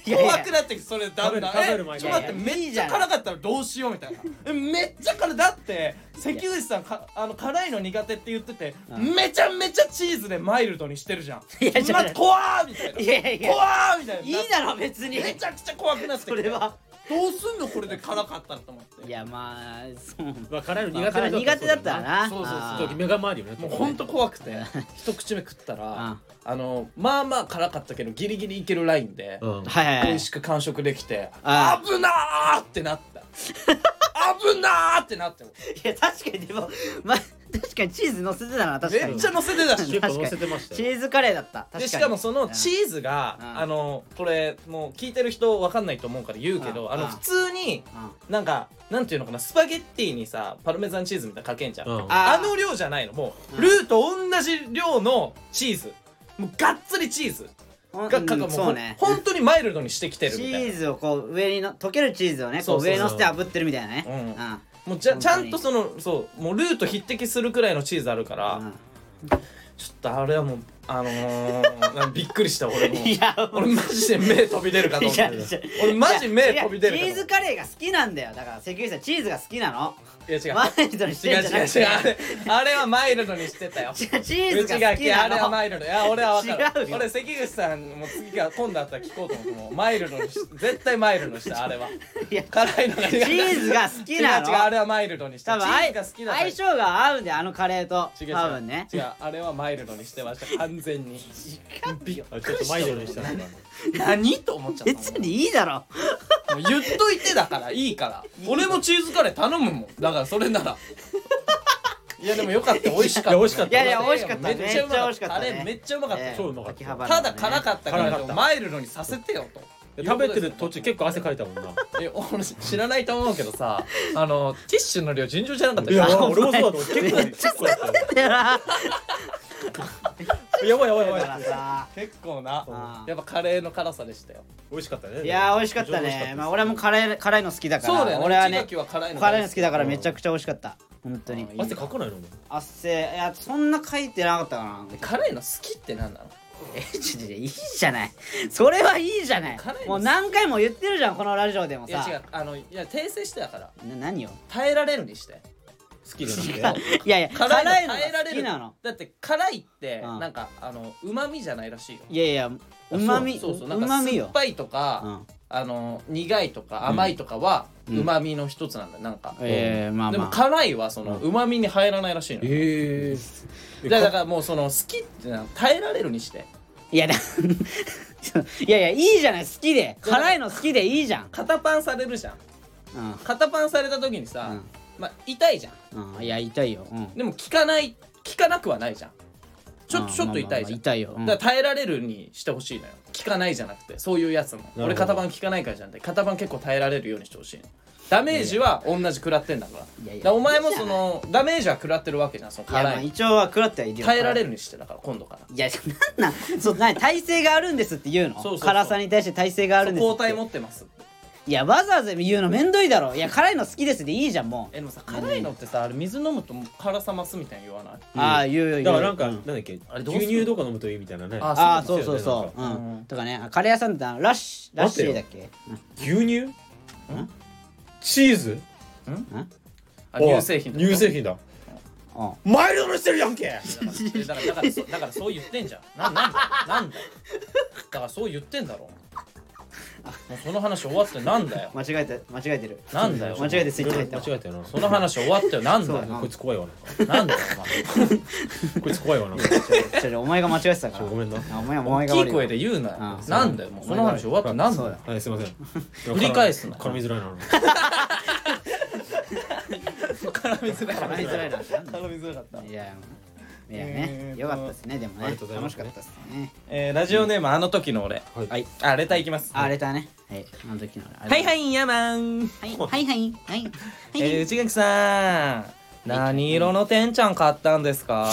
Speaker 1: いや
Speaker 2: 怖くなってきてそれだんだん
Speaker 3: 食
Speaker 2: え
Speaker 3: べる食べる前
Speaker 2: ちょ
Speaker 3: か
Speaker 2: っ
Speaker 3: ら
Speaker 2: と待って
Speaker 1: い
Speaker 2: め
Speaker 1: い
Speaker 2: っ
Speaker 1: じ
Speaker 2: ち
Speaker 1: ゃ
Speaker 2: ゃ
Speaker 1: ん
Speaker 2: 辛かったらどうしようみたい
Speaker 1: *laughs*
Speaker 2: なえめっちゃ辛いだって関口さんかあの辛いの苦手って言ってて
Speaker 1: うん
Speaker 2: めちゃめちゃチーズでマイルドにしてるじゃん
Speaker 1: いやちょっと
Speaker 2: ま怖ーみたいない
Speaker 1: やいや
Speaker 2: 怖ーみたいない
Speaker 1: いだろ別に
Speaker 2: めちゃくちゃ怖くなってき
Speaker 1: そ
Speaker 2: て
Speaker 1: れは
Speaker 2: どうすんのこれで辛かったらと思って
Speaker 1: いやまあそう
Speaker 3: まあ辛いの
Speaker 1: 苦手
Speaker 3: 苦手な人
Speaker 1: 苦手だったらな
Speaker 2: そうそうそう
Speaker 1: あ
Speaker 3: ちょっと
Speaker 1: ー
Speaker 3: 目が回るよね
Speaker 2: もうほんと怖くて一口目食ったらあのまあまあ辛かったけどギリギリいけるラインで
Speaker 3: うん
Speaker 1: はいはい
Speaker 2: 美
Speaker 1: はい
Speaker 2: 味しく完食できて
Speaker 1: あ
Speaker 2: 危なーってなった
Speaker 1: *laughs*
Speaker 2: 危なーってなって
Speaker 1: いや確かにでもまあ確かにチーズ乗せてたな確か
Speaker 2: めっ
Speaker 1: に
Speaker 2: ちゃ乗せてたし
Speaker 3: 結構乗せてました
Speaker 1: チ *laughs*
Speaker 3: よ
Speaker 1: ーズカレーだった確かに
Speaker 2: でしかもそのチ
Speaker 1: ー
Speaker 2: ーズが、
Speaker 1: うん
Speaker 2: あのこれもう聞いてる人わかんないと思うから言うけど、
Speaker 1: うん
Speaker 2: あ
Speaker 1: う
Speaker 2: の
Speaker 1: ん
Speaker 2: 普通になんかなんていうのかなスパゲッティにさパルメザンチーズみたいなのかけんじゃん、
Speaker 3: うん
Speaker 2: あの量じゃないのもう、ルーと同じ量のチーズもうがっつりチーズ
Speaker 1: の
Speaker 2: が、かかもう
Speaker 1: そうね
Speaker 2: ほん本当にマイルドにしてきてる
Speaker 1: チ
Speaker 2: みたいな
Speaker 1: ーズをこう上にの溶けるチーズをね
Speaker 2: そ
Speaker 1: こ
Speaker 2: う
Speaker 1: う
Speaker 2: そうそう
Speaker 1: 上に乗せて炙ってるみたいなね
Speaker 2: うん
Speaker 1: うん
Speaker 2: もうじゃ
Speaker 1: 本
Speaker 2: ち
Speaker 1: 当に
Speaker 2: ゃんとそのそうもうルーと匹敵するくらいのチーズあるから、ちょっとあれはもうあのーなんかびっくりした俺も
Speaker 1: *laughs* いや
Speaker 2: 俺マジで目飛び出るかと思って
Speaker 1: いやいや
Speaker 2: 俺マジ目
Speaker 1: いや
Speaker 2: 飛び出るかと
Speaker 1: チー
Speaker 2: 思って
Speaker 1: ズカレーが好きなんだよだから関口さんチーズが好きなの
Speaker 2: いや違う
Speaker 1: マイルドにして
Speaker 2: 違
Speaker 1: る
Speaker 2: うん
Speaker 1: じゃな
Speaker 2: 違う
Speaker 1: く
Speaker 2: 違
Speaker 1: て
Speaker 2: うあれあれはマイルドにしてたよ
Speaker 1: 違うチーズが好き
Speaker 2: 内
Speaker 1: な
Speaker 2: あれは
Speaker 1: の
Speaker 2: マイルドいや俺は分か
Speaker 1: 違う
Speaker 2: る
Speaker 1: よ
Speaker 2: 俺関口さんも次が今度あったら聞こうと思ってもうマイルドにし絶対マイルドにしたあれはい
Speaker 1: や
Speaker 2: 辛いのが
Speaker 1: チーズが好きなの
Speaker 2: *laughs* 違う違うあれはマイルドにした
Speaker 1: 多
Speaker 2: チ
Speaker 1: 分
Speaker 2: ーズが好きだ
Speaker 1: 相性が合うんだよあのカレーと
Speaker 2: 違う違う
Speaker 1: 多分ね
Speaker 2: 違うあれはマイルドにしてました完全にびっ
Speaker 3: あちょっとマイルドにしたのか
Speaker 2: 何と思っちゃった
Speaker 1: 別にいいだろ
Speaker 2: もう言っといてだからいいから俺もチーズカレー頼むもんだからそれならいやでもよかった美味しかった
Speaker 3: いや美味しかった
Speaker 1: いやいや美味しかった
Speaker 2: めっちゃうまか
Speaker 1: めっちゃ美
Speaker 2: っ
Speaker 1: 味しかっ
Speaker 2: た
Speaker 1: た
Speaker 2: カ
Speaker 1: ね
Speaker 2: レーめっちゃうまかった、
Speaker 1: ええ
Speaker 3: 超うまかった
Speaker 1: 秋葉原
Speaker 2: た
Speaker 1: のね
Speaker 2: だ辛かったから
Speaker 3: 辛かった
Speaker 2: マイルドにさせてよと
Speaker 3: 食べてる途中結構汗かい
Speaker 1: *laughs*
Speaker 3: たもんな
Speaker 2: え俺知らないと思うけどさあのティッシュの量尋常じゃなかった
Speaker 3: い
Speaker 2: よ
Speaker 3: や俺もそうだと思う結
Speaker 1: *laughs*
Speaker 3: 構
Speaker 1: めっちゃ
Speaker 3: 結構やったよ
Speaker 1: *laughs* だよな
Speaker 3: やばいやば
Speaker 1: だ
Speaker 3: いや
Speaker 1: か
Speaker 3: ば
Speaker 1: ら
Speaker 3: い
Speaker 1: さ
Speaker 2: 結構な
Speaker 1: あ
Speaker 2: やっぱカレーの辛さでしたよ
Speaker 3: 美味しかったね
Speaker 1: いやー美味しかった
Speaker 3: 美味しかった
Speaker 1: ね
Speaker 3: です
Speaker 1: まあ俺もカレー辛いの好きだから
Speaker 2: そうだよね
Speaker 1: 俺は
Speaker 2: 内
Speaker 1: ね
Speaker 2: 垣は辛いの
Speaker 1: 辛いの好きだからめちゃくちゃ美味しかった本当に
Speaker 2: うん
Speaker 3: 汗かかないの
Speaker 1: 汗いやそんな書いてなかったかな
Speaker 2: 辛いの好きって何なの
Speaker 1: えちょちょいいじゃないそれはいいじゃない
Speaker 2: 辛いの好き
Speaker 1: もう何回も言ってるじゃんこのラジオでも
Speaker 2: いや
Speaker 1: さ
Speaker 2: 違うあのいや訂正してだから
Speaker 1: な何よ
Speaker 2: 耐えられるにして
Speaker 3: 好きじゃなくて
Speaker 1: *laughs* いやいや
Speaker 2: 辛
Speaker 1: 辛い
Speaker 2: い
Speaker 1: のが
Speaker 2: の耐えら
Speaker 1: 好
Speaker 2: れ
Speaker 1: き
Speaker 2: る
Speaker 1: なの
Speaker 2: だって辛いって
Speaker 1: うん
Speaker 2: なんかあのうまみじゃないらしいよ
Speaker 1: いやいやうまみ
Speaker 2: そうそう
Speaker 1: う
Speaker 2: なんか
Speaker 1: まみ
Speaker 2: 酸っ
Speaker 1: よ
Speaker 2: ぱいとか、
Speaker 1: うん
Speaker 2: あの苦いとか甘いとかはう
Speaker 1: うん
Speaker 2: まみの一つなんだよなんか、
Speaker 1: ええまあ
Speaker 2: でも
Speaker 1: まあ
Speaker 2: 辛いはそのうまみに入らないらしいの、
Speaker 5: ええ
Speaker 2: だからだからもうその好きってのは耐えられるにして
Speaker 1: いやだ *laughs* いやいやいいじゃない好きで辛いの好きでいいじゃん
Speaker 2: 肩パンされるじゃん
Speaker 1: うん
Speaker 2: 肩パンされた時にさ、
Speaker 1: うん
Speaker 2: まあ、痛いじゃん
Speaker 1: うんいや痛いようん
Speaker 2: でも効かない効かなくはないじゃんちょ
Speaker 1: うん
Speaker 2: ちょっと痛いじゃん、
Speaker 1: まあまあまあ痛いようん
Speaker 2: だから耐えられるにしてほしいのよ効かないじゃなくてそういうやつも
Speaker 3: ど
Speaker 2: 俺型番効かないからじゃなくて型番結構耐えられるようにしてほしいのダメージは同じ食らってんだから
Speaker 1: いやいや
Speaker 2: だからお前もそのダメージは食らってるわけじゃんその
Speaker 1: いやま
Speaker 2: 辛
Speaker 1: あ
Speaker 2: い
Speaker 1: 一応は食らってはいるよ
Speaker 2: 耐えられるにしてだから今度から
Speaker 1: いやなんなんそう何耐性があるんですって言うの
Speaker 2: そうそうそう
Speaker 1: 辛さに対して耐性があるんですって
Speaker 2: 抗体持ってます
Speaker 1: いやわざわざ言うのめんどいだろいや辛いの好きですでいいじゃんもう
Speaker 2: えでもさ辛いのってさあれ水飲むと辛さ増すみたいに言わない
Speaker 1: ああ言うよ言う
Speaker 3: だ
Speaker 1: よ
Speaker 3: からなんか、なんだっけ
Speaker 2: あれどうす
Speaker 3: 牛
Speaker 2: る
Speaker 3: 乳とか飲むといいみたいなね
Speaker 2: あ
Speaker 1: ああ
Speaker 2: そ
Speaker 1: そうう
Speaker 3: です
Speaker 1: そ
Speaker 3: よ
Speaker 1: う
Speaker 3: ね
Speaker 1: そう、
Speaker 2: なんか
Speaker 1: う
Speaker 2: うん
Speaker 1: ん、とかねあカレー屋さんだったらラッシュラッシーだっけ
Speaker 3: 牛乳
Speaker 1: ん
Speaker 3: チーズ
Speaker 2: あ乳製品
Speaker 3: お
Speaker 2: と
Speaker 3: い
Speaker 2: か
Speaker 3: 乳製品だ
Speaker 1: うん
Speaker 3: マイルドにしてるやんけ
Speaker 2: えだからだからそだからそう言ってんじゃんななんだなんだよだからそう言ってんだろもうその話終わってなんだよ
Speaker 1: 間違えて間違えてる
Speaker 2: なんだよ
Speaker 1: 間違えてスイッチ
Speaker 3: 間
Speaker 1: 入
Speaker 3: 違
Speaker 1: った
Speaker 3: えたよな
Speaker 2: その話終わってよなんだ
Speaker 1: そ
Speaker 2: よ
Speaker 1: うだな
Speaker 3: こいつ怖いわな
Speaker 2: なんだよ
Speaker 3: こいつ怖い
Speaker 1: *laughs*
Speaker 3: わな
Speaker 1: ちょちょお前が間違えてたか
Speaker 3: ち
Speaker 1: ら
Speaker 3: ょごめんな
Speaker 1: あお前はお
Speaker 2: お
Speaker 1: 前
Speaker 2: 前
Speaker 1: が
Speaker 2: 大
Speaker 1: 悪
Speaker 2: きい
Speaker 1: い
Speaker 2: 声で言うなよ
Speaker 1: ああ
Speaker 2: なんだよもうその話終わってなんだ
Speaker 1: そう
Speaker 2: よ
Speaker 1: だ
Speaker 3: はいすいません
Speaker 2: 振り返すな
Speaker 3: 絡みづらいな
Speaker 2: 絡みづらい
Speaker 1: 絡みづらいな
Speaker 2: 絡みづらかった
Speaker 1: いやいやね
Speaker 2: えーと
Speaker 1: よかったですねでも
Speaker 3: あり
Speaker 1: ね
Speaker 3: がとうござい
Speaker 1: 楽
Speaker 3: ま
Speaker 1: し
Speaker 3: す
Speaker 1: かったですね
Speaker 2: えーラジオネームあの時の俺
Speaker 1: はい
Speaker 2: あレターいきます
Speaker 1: あ
Speaker 2: は
Speaker 1: れだねはいあの時のあれ
Speaker 2: いはいヤーマン
Speaker 1: はいはいはいはいはい
Speaker 2: えー内垣さん何色のてんちゃん買ったんです *laughs* か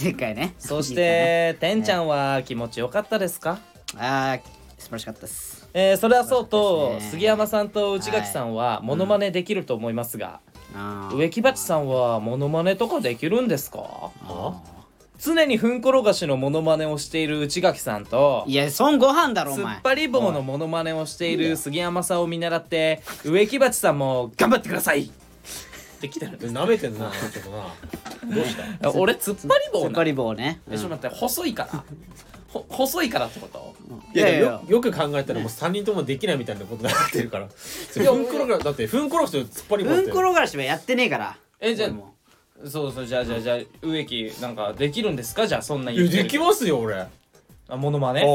Speaker 1: 前回ね
Speaker 2: そしててんちゃんは気持ちよかったですか
Speaker 1: ああ素晴らしかったです
Speaker 2: えーそれはそう
Speaker 1: そう
Speaker 2: と
Speaker 1: ですね
Speaker 2: 杉山さんと内垣さんはモノマネできると思いますが、
Speaker 1: あー
Speaker 2: 植木鉢さんはモノマネとかできるんですか
Speaker 1: あ
Speaker 2: 常にふんころがしのモノマネをしている内垣さんと
Speaker 1: ーいやそんご飯だろお
Speaker 2: 突
Speaker 1: 前
Speaker 2: っ張り棒のモノマネをしている杉山さんを見習って植木鉢さんも頑張ってくださいって来てる
Speaker 3: 舐めてんなちょっとなどうした
Speaker 2: 俺突っ張り棒
Speaker 1: 突っ
Speaker 2: な
Speaker 1: 張
Speaker 2: の
Speaker 1: り棒ね
Speaker 2: えちょっと待って細いからほ細いからってこと
Speaker 3: いやいやよよく考えたらもう3人ともできないみたいなことになってるからふんころがだってふんころして突っ張り棒っ
Speaker 1: う
Speaker 3: て
Speaker 1: んころがらしはやってねえから
Speaker 2: えじゃあ
Speaker 1: 俺も
Speaker 2: そうそうじゃあじゃあじゃあ植木なんかできるんですかじゃあそんない言
Speaker 3: や
Speaker 2: ってる
Speaker 3: できますよ俺あ
Speaker 2: あモノマ
Speaker 3: あ
Speaker 2: ネ
Speaker 3: じ
Speaker 2: ち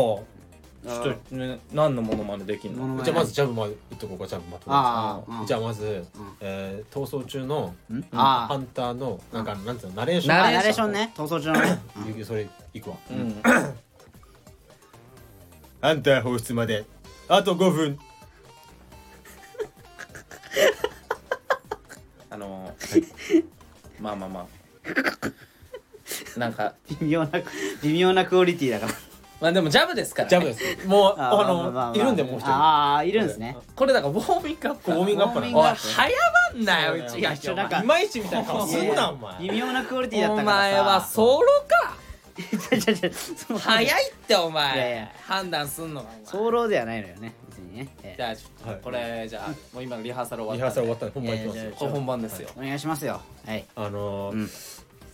Speaker 2: ょっとね何のモノマネできん
Speaker 1: モノ
Speaker 2: の
Speaker 1: マネ
Speaker 3: ゃあまずジャブまで打っとこうかジャブまと
Speaker 1: ああうん
Speaker 3: じゃあまずえー逃走中の
Speaker 1: んあ
Speaker 3: ハンターのなんかなんていうのナレーション
Speaker 1: あ
Speaker 2: ナ
Speaker 1: ナレーションね逃走中のね
Speaker 3: ゆきそれいくわ
Speaker 2: うん
Speaker 3: ハンター放出まであと5分
Speaker 2: あのまあまあまあなんか
Speaker 1: 微妙な微妙なクオリティだから
Speaker 2: まあでもジャブですから、ね、
Speaker 3: ジャブですもう
Speaker 1: ーまま
Speaker 3: あの
Speaker 1: ま
Speaker 3: いるんでもう一人
Speaker 1: ああいるんですね
Speaker 2: これだからウォーミングアップ
Speaker 3: ウォーミングアップ
Speaker 1: ウォーミング
Speaker 2: おい
Speaker 1: アップ
Speaker 2: 早まんなようちが
Speaker 1: ちょなん
Speaker 3: い
Speaker 1: か
Speaker 3: まいちみたいな顔すん
Speaker 1: いや
Speaker 3: なお前
Speaker 1: 微妙なクオリティだっ
Speaker 2: お
Speaker 1: たからさ
Speaker 2: 前はソロか
Speaker 1: うじゃじゃそう
Speaker 2: 早いってお前
Speaker 1: いやいや
Speaker 2: 判断すんのがお前
Speaker 1: 早漏ではないのよね別にねえ
Speaker 2: じ
Speaker 1: え
Speaker 2: ゃあちょっ
Speaker 3: は
Speaker 2: と
Speaker 3: い
Speaker 2: これじゃあもう今のリハーサル
Speaker 3: リ
Speaker 2: 終
Speaker 3: ハ
Speaker 2: わ
Speaker 3: ー
Speaker 2: った
Speaker 3: サ
Speaker 2: ん
Speaker 3: ル終
Speaker 2: で
Speaker 3: わったら本番行きま
Speaker 1: い
Speaker 3: す
Speaker 1: や
Speaker 3: よ
Speaker 1: いや
Speaker 2: これ本番ですよ
Speaker 1: お願いしますよはい
Speaker 3: あのー
Speaker 1: うん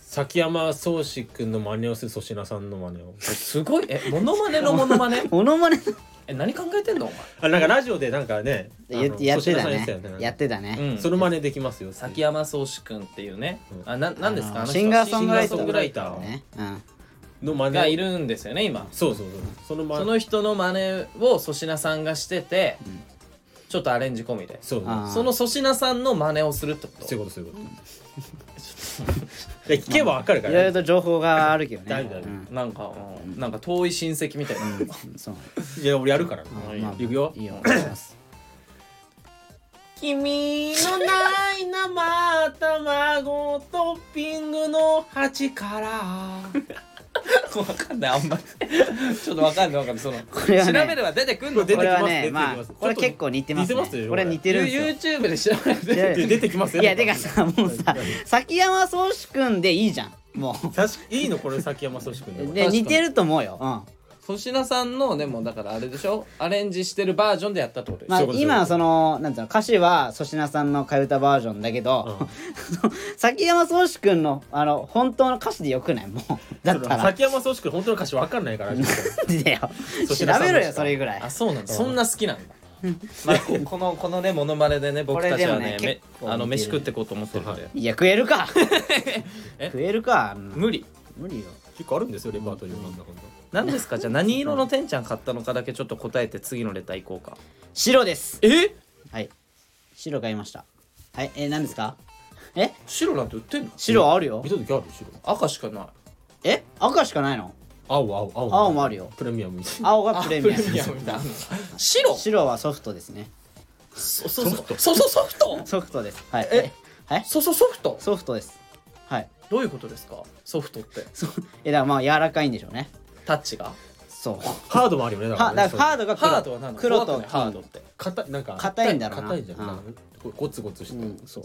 Speaker 3: 崎山宗志君の真似をする粗品さんの真似を
Speaker 2: すごいえモノマネのモノマネ
Speaker 1: モノマネ
Speaker 2: *laughs* え何考えてんのお前
Speaker 3: あなんかラジオでなんかね
Speaker 1: や
Speaker 3: あの
Speaker 1: やってた
Speaker 3: 粗品さん言
Speaker 1: ね
Speaker 3: ってたよ
Speaker 1: やってたね、
Speaker 2: うん
Speaker 3: その真似できますよ
Speaker 2: 崎山宗志君っていうね、あななんですか
Speaker 1: あ
Speaker 2: あ
Speaker 1: の
Speaker 2: の人
Speaker 1: シンガーソングライ
Speaker 2: シ
Speaker 1: ター
Speaker 2: ンガーソングライター
Speaker 1: ね、うん、
Speaker 3: の真似
Speaker 2: がい
Speaker 3: る
Speaker 2: るんですよね今
Speaker 3: そうそうそうその
Speaker 2: そ
Speaker 3: 真似
Speaker 2: の人の真似を粗品さんがしてて、ちょっとアレンジ込みで
Speaker 3: そう
Speaker 1: あー
Speaker 2: その粗品さんの真似をするってこと
Speaker 3: そういうことそういうことで聞けばわかるか
Speaker 1: いろい
Speaker 3: ら
Speaker 1: ろと情報があるけどね。
Speaker 3: 大丈夫大丈
Speaker 1: う
Speaker 3: 夫
Speaker 1: ん
Speaker 2: なんか、うんなんか遠い親戚みたいな、
Speaker 1: そう。
Speaker 3: いや俺やるからね
Speaker 2: いいよ
Speaker 1: まあ
Speaker 3: いくよ
Speaker 1: いいよ、お願いします。
Speaker 2: 君のない生卵トッピングの鉢から *laughs* わかんないあんまりちょっとわかんないわかんないその
Speaker 1: これはね
Speaker 2: 調べれば出てくんの
Speaker 3: これ出
Speaker 1: こ
Speaker 3: て
Speaker 1: れ
Speaker 3: き
Speaker 1: は
Speaker 3: ます
Speaker 1: ね、まあ、
Speaker 3: 出てきます
Speaker 1: これ結構似てます、ね。
Speaker 3: ちょっと似てますよ
Speaker 1: これ似てるんですよ。
Speaker 2: YouTube で調べれば出てくる
Speaker 1: いや
Speaker 3: 出てきますよ
Speaker 1: いや、てかさ、もうさ、崎山宗志くんでいいじゃん。も
Speaker 3: 確かいいのこれ崎山宗志君
Speaker 1: う。
Speaker 3: で
Speaker 1: で、
Speaker 2: 確かに
Speaker 1: 似てると思うよ。
Speaker 2: 星名さんのでもだからあれでしょアレンジしてるバージョンでやったってことでしょ、
Speaker 1: まあ
Speaker 3: そういうこと
Speaker 1: 今そのなんていうの歌詞は粗品さんの替え歌バージョンだけ *laughs* ど、崎山壮志くんのあの本当の歌詞でよくないもうだったら
Speaker 3: 崎山宗志君本当の歌詞わかんないからちょっと
Speaker 1: なんでだよ
Speaker 3: 粗
Speaker 1: 調
Speaker 3: 品さんの
Speaker 1: べろよ
Speaker 3: しか
Speaker 1: それぐらい
Speaker 2: あそうなんだそんな好きなんだ、まあ、こ *laughs* このこのねモノマネでね僕たちはね
Speaker 1: これでもね
Speaker 2: め
Speaker 1: 結構
Speaker 2: あの
Speaker 1: 似て
Speaker 2: 飯
Speaker 1: る
Speaker 2: 食ってこうと思ってるんで、
Speaker 1: いや食えるか
Speaker 2: え
Speaker 1: 食えるかあんな
Speaker 2: 無理
Speaker 1: 無理よ
Speaker 3: 結構あるんですよレパートリーなんだかんだ
Speaker 2: 何ですかじゃあ何色のてんちゃん買ったのかだけちょっと答えて次のレター行こうか
Speaker 1: 白です
Speaker 2: え
Speaker 1: はい白買いましたはいえー、何ですかえ
Speaker 2: 白なんて売ってんの
Speaker 1: 白あるよ
Speaker 3: 見た時ある白
Speaker 2: 赤しかない
Speaker 1: え赤しかないの
Speaker 3: 青青青
Speaker 1: 青もあるよ
Speaker 3: プレミアムみたいな
Speaker 1: 青がプレミアム
Speaker 2: みたいな白
Speaker 1: 白はソフトですね
Speaker 2: そそそそそソフト
Speaker 1: ソフトですはい
Speaker 2: え
Speaker 1: はい
Speaker 2: そそソフト
Speaker 1: ソフトですはい
Speaker 2: どういうことですかソフトって
Speaker 1: そうえだからまあ柔らかいんでしょうね
Speaker 2: タッチが
Speaker 1: そう
Speaker 3: ハードもあるよねだから
Speaker 1: は
Speaker 3: ね
Speaker 1: だ
Speaker 3: そ
Speaker 1: からハー
Speaker 3: う
Speaker 1: ドが黒
Speaker 2: ハードは何
Speaker 1: 黒と
Speaker 2: 怖くないハードって
Speaker 3: 硬いなんか
Speaker 1: 硬いんだろうな
Speaker 3: 硬いじゃん
Speaker 1: うん
Speaker 3: なんかこうゴツゴツ
Speaker 1: う
Speaker 3: して
Speaker 1: んそう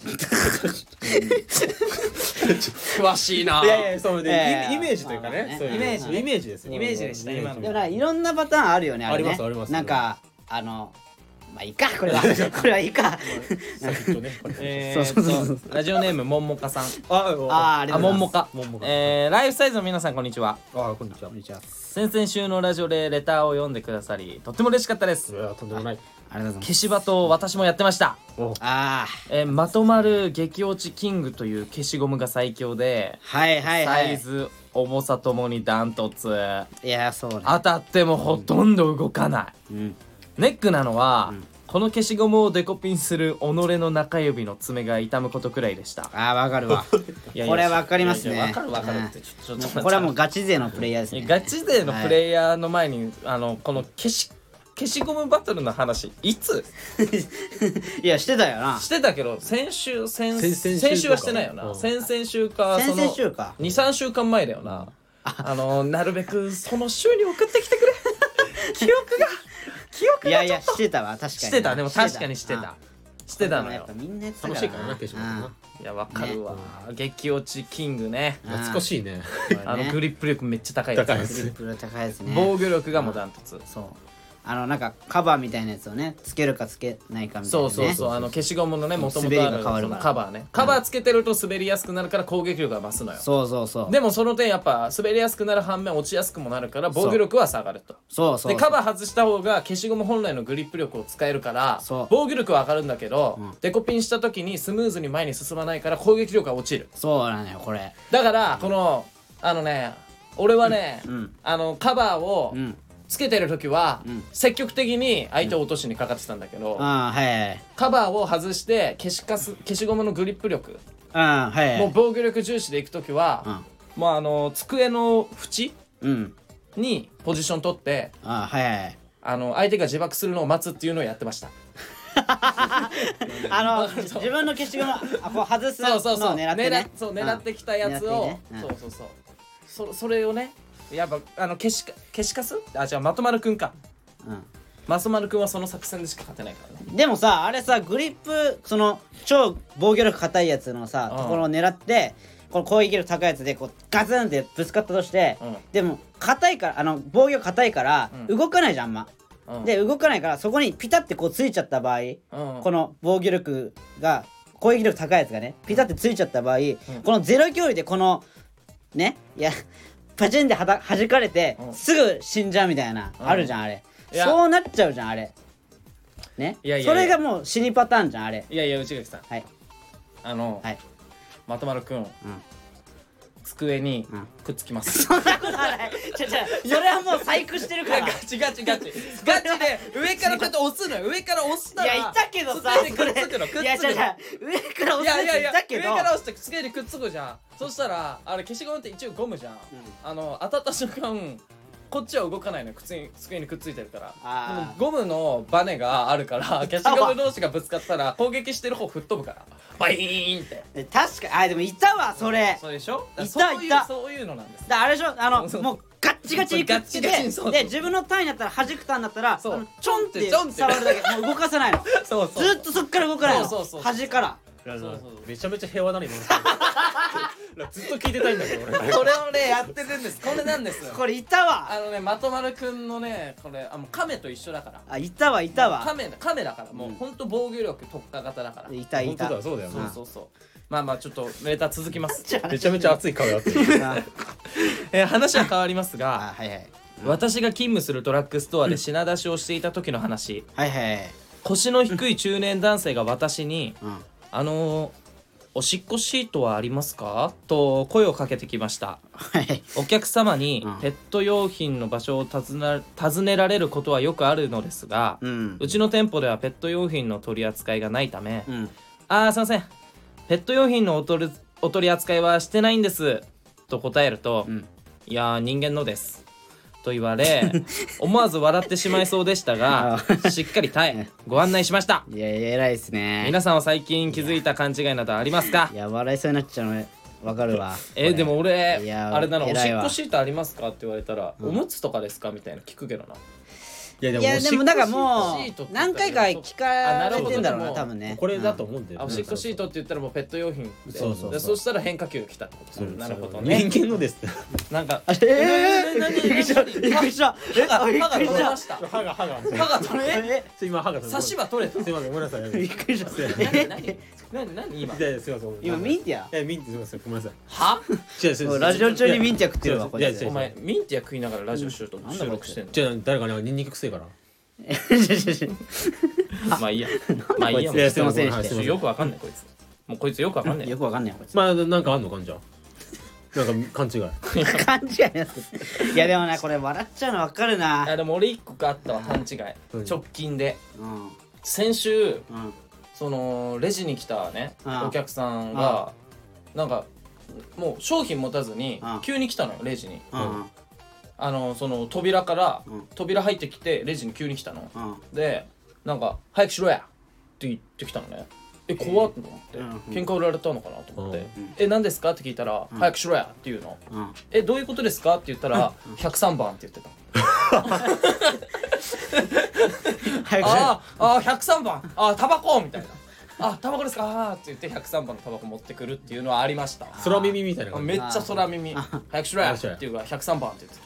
Speaker 2: 詳しいない
Speaker 3: やいやそう
Speaker 1: いやいや
Speaker 3: でイイメージというか
Speaker 1: まあまあね
Speaker 3: ねそういう
Speaker 1: イメージね
Speaker 3: イメージですよ
Speaker 2: イメージでした
Speaker 3: イメ
Speaker 2: 今の
Speaker 1: でもなんかいろんなパターンあるよねあれね
Speaker 3: ありますあります
Speaker 1: なんかあのまあいいかこれはこれはいい
Speaker 2: *laughs*
Speaker 1: か
Speaker 3: 先っちょね
Speaker 1: *laughs*
Speaker 3: これ
Speaker 2: えー、そうラジオネームもんもかさん
Speaker 3: あ
Speaker 1: あーありが
Speaker 2: あ
Speaker 1: とうござい
Speaker 2: もん
Speaker 1: ま
Speaker 2: も
Speaker 1: す
Speaker 2: か
Speaker 3: もんもか
Speaker 2: えー、ライフサイズの皆さんこんにちは
Speaker 3: あーこんにちは
Speaker 1: こんにちは
Speaker 2: 先々週のラジオでレターを読んでくださりとっても嬉しかったです
Speaker 3: いやとんでもない
Speaker 1: ありがとうございます
Speaker 2: 消しバトを私もやってました、
Speaker 1: あ
Speaker 2: えーまとまる激落ちキングという消しゴムが最強で、
Speaker 1: あはいはいは
Speaker 2: サイ
Speaker 1: い
Speaker 2: ズ重さともにダントツ
Speaker 1: いやそうね
Speaker 2: 当たってもほとんど動かな
Speaker 1: う
Speaker 2: い、
Speaker 1: ん
Speaker 2: ネックなのは、この消しゴムをデコピンする己の中指の爪が痛むことくらいでした
Speaker 1: ああわかる
Speaker 2: *laughs*
Speaker 1: わこれわかりますね
Speaker 2: いやいやわかるわかるって
Speaker 1: うん
Speaker 2: ちょちょっと待って
Speaker 1: これはもうガチ勢のプレイヤーです
Speaker 2: い
Speaker 1: ね
Speaker 2: やガチ勢のプレイヤーの前に、あのこの消し消しゴムバトルの話いつ
Speaker 1: いやしてたよな
Speaker 2: してたけど先週先
Speaker 3: 先
Speaker 2: 先
Speaker 3: 々週
Speaker 2: 週はしてないよな、
Speaker 3: うん
Speaker 2: 先々週か
Speaker 1: 先々週か
Speaker 2: 23週間前だよなあのなるべくその週に送ってきて
Speaker 1: *laughs*
Speaker 2: くれ記憶が記憶
Speaker 1: い
Speaker 2: が
Speaker 1: やいやしてたわ確かに
Speaker 2: してたでも確かにして
Speaker 1: うん
Speaker 2: たしてたの
Speaker 1: やっ
Speaker 2: よ
Speaker 1: ぱみんなやってた
Speaker 3: 楽しいからな化粧
Speaker 1: な
Speaker 3: な
Speaker 2: うんいやわかるわ、激落ちキングね
Speaker 1: うん
Speaker 3: 懐かしいね
Speaker 2: あのグリップ力めっちゃ高いやつ
Speaker 3: 高いで
Speaker 1: フ
Speaker 3: す
Speaker 1: リップが高いですね
Speaker 2: 防御力がもうダントツ、
Speaker 1: そうあのなんかカバーみたいなやつをねつけるかつけないかみたいなね
Speaker 2: そうそうそう、あの消しゴムのね、もともとあ
Speaker 1: 滑りが変わるか
Speaker 2: るその
Speaker 1: ら
Speaker 2: カバーね。カバーつけてると滑りやすくなるから攻撃力が増すのよ。
Speaker 1: そうそうそう
Speaker 2: でもその点やっぱ滑りやすくなる反面落ちやすくもなるから防御力は下がると。
Speaker 1: そうそう
Speaker 2: でカバー外した方が消しゴム本来のグリップ力を使えるから
Speaker 1: そう
Speaker 2: 防御力は上がるんだけど、デコピンした時にスムーズに前に進まないから攻撃力が落ちる
Speaker 1: そうなのよこれ
Speaker 2: だからこの、あのね俺はね、
Speaker 1: ん
Speaker 2: あのカバーを
Speaker 1: うん
Speaker 2: つけてる時は、
Speaker 1: ん
Speaker 2: 積極的に相手を落としにかかってたんだけど、
Speaker 1: ああはいはい
Speaker 2: カバーを外して消しカス消しゴムのグリップ力、
Speaker 1: ああはい
Speaker 2: もう防御力重視でいくときは、もうあの机の縁
Speaker 1: うん
Speaker 2: にポジション取って
Speaker 1: ああはい
Speaker 2: *laughs*
Speaker 1: はい
Speaker 2: あの相手が自爆するのを待つっていうのをやってました
Speaker 1: あの自分の消しゴムあこう外すの
Speaker 2: そ
Speaker 1: を
Speaker 2: うそうそう
Speaker 1: 狙ってね
Speaker 2: そう狙ってきたやつ
Speaker 1: 狙
Speaker 2: を
Speaker 1: っ、てねうん
Speaker 2: そうそうそうそそれをねやっぱあの消しか消しカスあ違うまとまるくんか
Speaker 1: うん
Speaker 2: まとまるくんはその作戦でしか勝てないからね
Speaker 1: でもさあれさグリップその超防御力硬いやつのさ
Speaker 2: うん
Speaker 1: ところを狙ってこの攻撃力高いやつでこうガツンってぶつかったとして、
Speaker 2: うん
Speaker 1: でも硬いからあの防御硬いから
Speaker 2: うん
Speaker 1: 動かないじゃんあんま、
Speaker 2: うん
Speaker 1: で動かないからそこにピタってこうついちゃった場合、
Speaker 2: うん
Speaker 1: この防御力が攻撃力高いやつがねピタってついちゃった場合、このゼロ距離でこのねいや *laughs* パチンではた弾かれて、
Speaker 2: うん
Speaker 1: すぐ死んじゃうみたいな、
Speaker 2: うん
Speaker 1: あるじゃんあれ
Speaker 2: いや
Speaker 1: そうなっちゃうじゃんあれね
Speaker 2: いやいやいや
Speaker 1: それがもう死にパターンじゃんあれ
Speaker 2: いやいや内垣さん
Speaker 1: はい
Speaker 2: あの、 *laughs*
Speaker 1: はい
Speaker 2: まとまるくん、机にくっつきま
Speaker 1: *laughs*
Speaker 2: す、
Speaker 1: そんなことはないちょちょそれはもう細工してるから
Speaker 2: *laughs* ガチガチガチガチで上からこうやって押すのよ上から押した
Speaker 1: い
Speaker 2: ら
Speaker 1: やいたけどさ
Speaker 2: 机
Speaker 1: そ
Speaker 2: にく
Speaker 1: れ
Speaker 2: っつくのくっ
Speaker 1: いや
Speaker 2: つ
Speaker 1: じゃ
Speaker 2: く
Speaker 1: じゃ
Speaker 2: の
Speaker 1: 上から
Speaker 2: い
Speaker 1: 押
Speaker 2: や
Speaker 1: すや
Speaker 2: いや
Speaker 1: つ
Speaker 2: い
Speaker 1: い
Speaker 2: や
Speaker 1: たけど
Speaker 2: 上から押して机にくっつくじゃんそしたらあれ消しゴムって一応ゴムじゃん、あの当たった瞬間こっちは動かないのよ靴に机にくっついてるから
Speaker 1: あー
Speaker 2: でもゴムのバネがあ
Speaker 1: *laughs*
Speaker 2: るから消しゴム同士がぶつかったら攻撃してる方吹っ飛ぶからバイーンって
Speaker 1: 確かあでもいたわそれ
Speaker 2: そうでしょ
Speaker 1: いた
Speaker 2: そういう
Speaker 1: いた
Speaker 2: そういうのな
Speaker 1: *laughs*
Speaker 2: んです
Speaker 1: だからあれでしょあ
Speaker 2: そうそ
Speaker 1: の
Speaker 2: う
Speaker 1: もうガッチガチにくっつけて
Speaker 2: ガチガチにそうそう
Speaker 1: で自分の単位だったら弾く単位だったら
Speaker 2: そう
Speaker 1: あのチョンっ
Speaker 2: チョンって
Speaker 1: て触るだけもう動かさないの
Speaker 2: そうそう
Speaker 1: ずっとそっから動かないの
Speaker 2: そうそうそう
Speaker 1: 端から
Speaker 3: ラジオ
Speaker 5: そうそうそう
Speaker 3: めちゃめちゃ平和だね今のラ *laughs* ずっと聞いてたいんだけ
Speaker 1: *laughs*
Speaker 3: ど俺
Speaker 2: これをねやってるんですこれなんですよ
Speaker 1: これいたわ
Speaker 2: あのねまとまるくんのねこれあもう亀と一緒だから
Speaker 1: あいたわいたわ
Speaker 2: 亀だ亀だからもう、
Speaker 1: うん
Speaker 2: ほんと防御力特化型だから
Speaker 1: いたい
Speaker 3: 本
Speaker 1: た
Speaker 3: 当だそうだよ
Speaker 2: そう
Speaker 3: ね
Speaker 2: そうそうまあまあちょっとメーター続きます
Speaker 3: めちゃめちゃ熱い顔やってる
Speaker 1: あ
Speaker 2: えー話は変わりますが
Speaker 1: あはいはい
Speaker 2: 私が勤務するドラッグストアで品出しをしていた時の話
Speaker 1: はいはい
Speaker 2: 腰の低い中年男性が私に
Speaker 1: うん
Speaker 2: 「あのーおしっこシートはありますか?」と声をかけてきました
Speaker 1: はい
Speaker 2: お客様に
Speaker 1: うん
Speaker 2: ペット用品の場所を尋な尋ねられることはよくあるのですが
Speaker 1: うん
Speaker 2: うちの店舗ではペット用品の取り扱いがないため
Speaker 1: うん
Speaker 2: 「あーすいませんペット用品のお取りお取り扱いはしてないんです」と答えると「
Speaker 1: うん
Speaker 2: いやー人間のです」と言われ思わず笑ってしまいそうでしたがしっかり耐えご案内しました
Speaker 1: いやいや偉いですね
Speaker 2: 皆さんは最近気づいた勘違いなどありますか
Speaker 1: いや笑いそうになっちゃうのわかるわ
Speaker 2: えーでも俺
Speaker 1: いやー
Speaker 2: あれなのお
Speaker 1: 偉
Speaker 2: し
Speaker 1: い
Speaker 2: っ
Speaker 1: わ
Speaker 2: こシートありますかって言われたら、おむつとかですかみたいな聞くけどない
Speaker 3: やで
Speaker 1: いやでもだからも
Speaker 2: シートっ
Speaker 1: う
Speaker 2: て言っ
Speaker 1: 何
Speaker 2: たら
Speaker 1: 回か聞かれてんだろう
Speaker 2: あなるほどで
Speaker 1: な
Speaker 2: も
Speaker 1: 多分ね
Speaker 3: これだと思うんだよ
Speaker 2: あおしっこシー
Speaker 3: ト
Speaker 2: トって言ったらもうペット用品で
Speaker 3: そうそうそう
Speaker 2: でそしたら変化球が来たってことですよなるほどね
Speaker 3: 人間のですって *laughs*
Speaker 2: なんか
Speaker 1: ええ
Speaker 2: 何
Speaker 1: びっくりしたびっ
Speaker 2: 何
Speaker 1: くりしたえ
Speaker 2: 歯が
Speaker 1: びっく
Speaker 2: 歯が
Speaker 1: り
Speaker 2: 取
Speaker 1: し
Speaker 2: れ
Speaker 1: た
Speaker 2: ました
Speaker 3: 歯が歯が
Speaker 2: 歯が取れ
Speaker 1: え
Speaker 3: 今歯が
Speaker 2: 差し歯取れた
Speaker 3: すいませんごめんなさいやべ
Speaker 1: び
Speaker 3: え
Speaker 1: っくりした
Speaker 2: 何何何何今
Speaker 3: いやいやすいません
Speaker 1: 今ミンティア
Speaker 3: いやミンティアすいませんごめんなさい
Speaker 2: は
Speaker 3: 違う違う
Speaker 1: も
Speaker 3: 違
Speaker 1: う
Speaker 3: う
Speaker 1: ラジオ中にミンティア食ってるわこ
Speaker 3: いや
Speaker 1: れ
Speaker 3: 違う違
Speaker 2: お
Speaker 3: う
Speaker 2: 前ミンティア食いながらラジオ収録
Speaker 1: うん
Speaker 2: 収録してんの
Speaker 3: じゃあ誰かねニンニク臭いから
Speaker 2: まあいいやまあいいや
Speaker 1: こいつ
Speaker 2: も
Speaker 1: 質問せん
Speaker 3: はい
Speaker 1: し
Speaker 3: す
Speaker 1: て
Speaker 2: う
Speaker 3: いません
Speaker 2: よくわかんないこいつもうこいつよくわかんない
Speaker 1: よくわかんないよ
Speaker 3: *laughs*
Speaker 1: こいつ
Speaker 3: まあなんかあんのかんじゃんなんか勘違い
Speaker 1: 勘違いなすいやでもねこれ笑っちゃうのわかるな
Speaker 2: あでも俺一個あったわ勘違い
Speaker 3: うん
Speaker 2: 直近で
Speaker 1: うん
Speaker 2: 先週
Speaker 1: うん
Speaker 2: そのレジに来たね
Speaker 1: うん
Speaker 2: お客さんがなんかもう商品持たずに
Speaker 1: うん
Speaker 2: 急に来たのよレジに
Speaker 1: うん
Speaker 2: あのその扉から
Speaker 1: うん
Speaker 2: 扉入ってきてレジに急に来たの
Speaker 1: うん
Speaker 2: でなんか「早くしろや!」って言ってきたのねえ怖っと思って
Speaker 1: うんうん
Speaker 2: 喧嘩売られたのかなと思って
Speaker 1: うん
Speaker 2: 「え何ですか?」って聞いたら「早くしろや!」って言うの
Speaker 1: うん
Speaker 2: 「えどういうことですか?」って言ったら「103番」って言ってた
Speaker 1: 早く
Speaker 2: あーあー103番あータバコみたいなあタバコですかあーって言って103番のタバコ持ってくるっていうのはありました
Speaker 3: 空耳みたいな感じ
Speaker 2: めっちゃ空耳早くしろやっていうから103番って言って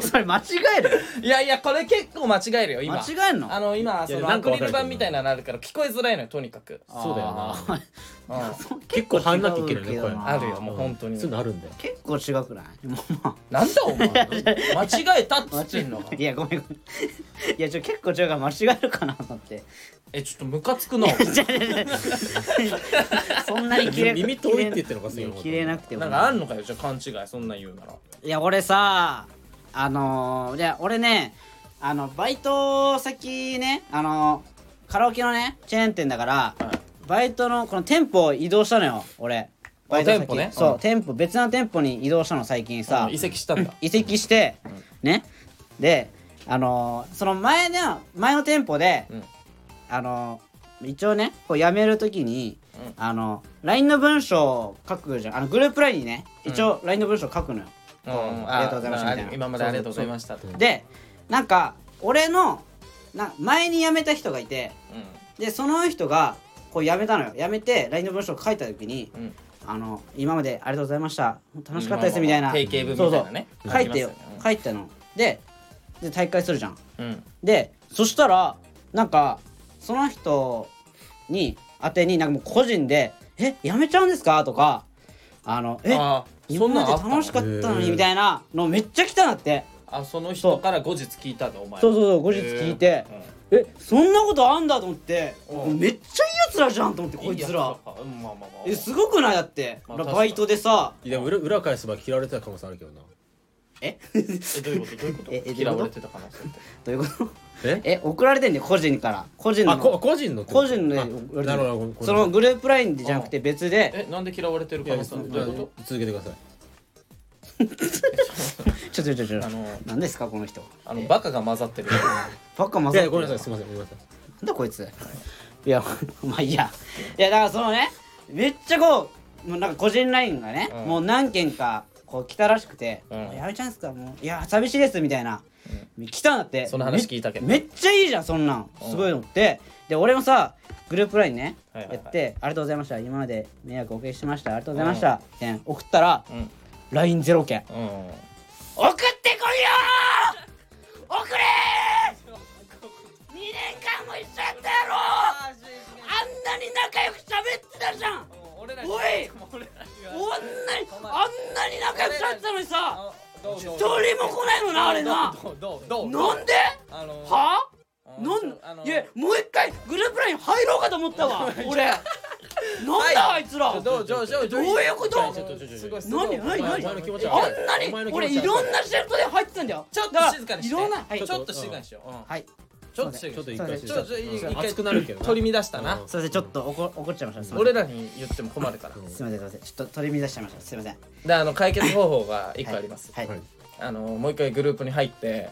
Speaker 1: それ間違える
Speaker 2: たいやいやこれ結構間違えるよ今
Speaker 1: 間違えんの
Speaker 2: あの今そ
Speaker 3: いや
Speaker 2: の
Speaker 3: な
Speaker 2: ア
Speaker 3: んか
Speaker 2: ク
Speaker 3: わ
Speaker 2: リ
Speaker 3: か
Speaker 2: ル
Speaker 3: るけどな
Speaker 2: 板みたいなのあるから聞こえづらいのよとにかく
Speaker 3: そうだよな
Speaker 1: あー
Speaker 2: うんあ
Speaker 3: 結構入んなきゃいけないね
Speaker 1: 結
Speaker 3: こ
Speaker 1: 構違う
Speaker 3: れ
Speaker 1: けどな
Speaker 2: るよもう本当に
Speaker 3: そういうのあるんだよ
Speaker 1: 結構違くないもうま
Speaker 2: なんだ
Speaker 1: *laughs*
Speaker 2: お前間違えたっつってんの
Speaker 1: あいやごめんごめんいやちょ結構違うから間違えるかなと思って
Speaker 2: えちょっとムカつくな
Speaker 1: そんなに切れ
Speaker 3: 耳遠いって言ってるのか
Speaker 1: い
Speaker 3: そうい
Speaker 1: や
Speaker 3: うこと
Speaker 1: 切れなくても
Speaker 2: なんかあんのかよじゃあ勘違いそんなん言うなら
Speaker 1: いや俺さあのー、いや俺ねあのバイト先ねあのカラオケのねチェーン店だから、バイトのこの店舗を移動したのよ俺バイト先
Speaker 2: 店舗ね
Speaker 1: そう、
Speaker 2: うん
Speaker 1: 店舗別な店舗に移動したの最近さ、
Speaker 2: うん移籍したんだ
Speaker 1: 移籍して、ねであのーその前の前の店舗で、
Speaker 2: うん
Speaker 1: あのー一応ねこう辞めるときに、
Speaker 2: うん
Speaker 1: あの LINE の文章を書くじゃんあのグループ LINE にね一応 LINE の文章を書くのよ、
Speaker 2: うん
Speaker 1: ありが *laughs* とうございましたみたいな
Speaker 2: 今までありがとうございましたってうん
Speaker 1: でなんか俺のな前に辞めた人がいてでその人がこう辞めたのよ辞めて LINE の文章を書いた時に
Speaker 2: うん
Speaker 1: 「あの今までありがとうございました楽しかったです」みたいな、
Speaker 2: 定型文みたいなね
Speaker 1: 書いてよ
Speaker 2: 書
Speaker 1: 書いたのでで大会するじゃん
Speaker 2: うんうん
Speaker 1: でそしたらなんかその人に宛てになんかもう個人で「え辞めちゃうんですか?」とか「あのえ
Speaker 2: あー
Speaker 1: 今
Speaker 2: そん
Speaker 1: ま
Speaker 2: なん
Speaker 1: で
Speaker 2: あったの
Speaker 1: 楽しかったの
Speaker 3: へ
Speaker 1: に」
Speaker 3: ー
Speaker 1: みたいなのめっちゃ来たなって
Speaker 2: あその人から後日聞いたのお前
Speaker 1: そうそうそう後日聞いてえそんなことあんだと思って
Speaker 2: うん
Speaker 1: めっちゃいいやつらじゃんと思ってこいつら
Speaker 2: うんまあまあまあ
Speaker 1: えすごくないだって
Speaker 2: まあ確かに
Speaker 1: バイトでさ
Speaker 3: いや裏裏返せば嫌われてた可能性あるけどな
Speaker 1: え *laughs*
Speaker 2: えどういうことどういうこと
Speaker 1: ええどういうこと
Speaker 2: 嫌われてた可能性って
Speaker 1: どういうこと
Speaker 3: え
Speaker 1: え送られてんね個人から個人
Speaker 3: あこ
Speaker 1: の
Speaker 3: 個人のってこと
Speaker 1: 個人の
Speaker 3: あ
Speaker 1: ね
Speaker 3: なる
Speaker 1: 送
Speaker 3: ほど
Speaker 1: られて
Speaker 3: な
Speaker 1: る
Speaker 3: るほど
Speaker 1: そのグループラインじゃなくて別で
Speaker 2: えなんで嫌われてる
Speaker 3: い
Speaker 2: 可
Speaker 3: や
Speaker 2: 能性あるどういうこ
Speaker 3: 続けてください
Speaker 1: ちょちょちょちょ
Speaker 2: とあの
Speaker 1: 何ですかこの人
Speaker 2: あのバカが混ざってる
Speaker 1: バカ混
Speaker 3: い
Speaker 1: ざって
Speaker 3: やいや
Speaker 1: る
Speaker 3: ごめんなさいすみませんごめんなさい
Speaker 1: なんだこいついや *laughs* まあいいやいやだからそのねめっちゃこうもうなんか個人ラインがね、
Speaker 2: うん
Speaker 1: もう何件かこう来たらしくて「
Speaker 2: うん
Speaker 1: やめちゃうんすかもういや寂しいです」みたいな、来たんだって
Speaker 2: その話聞いたけど
Speaker 1: めめっちゃいいじゃんそんなん
Speaker 2: うん
Speaker 1: すごいのってで俺もさグループラインね
Speaker 2: はい
Speaker 1: や
Speaker 2: はいはい
Speaker 1: って「ありがとうございました今まで迷惑おかけしましたありがとうございました」って送ったら LINE ゼロ件
Speaker 2: うんうん
Speaker 1: 送ってこいよー送れー !2 年間も一緒やったやろあんなに仲良く喋ってたじゃん
Speaker 2: 俺ら
Speaker 1: おいあんなにあんなに仲良く喋ってたのにさ
Speaker 2: どう
Speaker 1: 一人も来ないのなあれな
Speaker 2: どうどうどう
Speaker 1: なんで
Speaker 2: あの
Speaker 1: は
Speaker 2: あ
Speaker 1: な
Speaker 2: あの
Speaker 1: んいやもう一回グループライン入ろうかと思った
Speaker 2: *laughs*
Speaker 1: わ俺なんだあいつらあん
Speaker 2: どうどうどう
Speaker 1: どういうこと
Speaker 2: ちょっとちょっとちょっと
Speaker 1: すごい何何
Speaker 2: お前の気持ちは
Speaker 3: あ
Speaker 1: なに
Speaker 3: お前の気持ちは
Speaker 1: 俺いろんなシフトで入ってたんだよ
Speaker 2: ちょっと
Speaker 1: だら
Speaker 2: 静かにして
Speaker 1: いろんなはい
Speaker 2: ちょっと静かにしよううん
Speaker 1: はい
Speaker 2: ちょっと静か
Speaker 3: ちょっと
Speaker 2: にし
Speaker 3: 一
Speaker 2: よ
Speaker 3: 回
Speaker 2: うちょっと
Speaker 3: うん
Speaker 2: 一回
Speaker 3: 熱くなるけどな
Speaker 2: 取り乱したな
Speaker 3: うん
Speaker 1: すいませんちょっと怒怒っちゃいましたすいません
Speaker 2: 俺らに言っても困るから
Speaker 3: うん
Speaker 1: すいませんすいませんちょっと取り乱しちゃいましたすいません
Speaker 2: であの解決方法が一個あります
Speaker 1: はい、はい
Speaker 3: はい
Speaker 2: あのもう一回グループに入って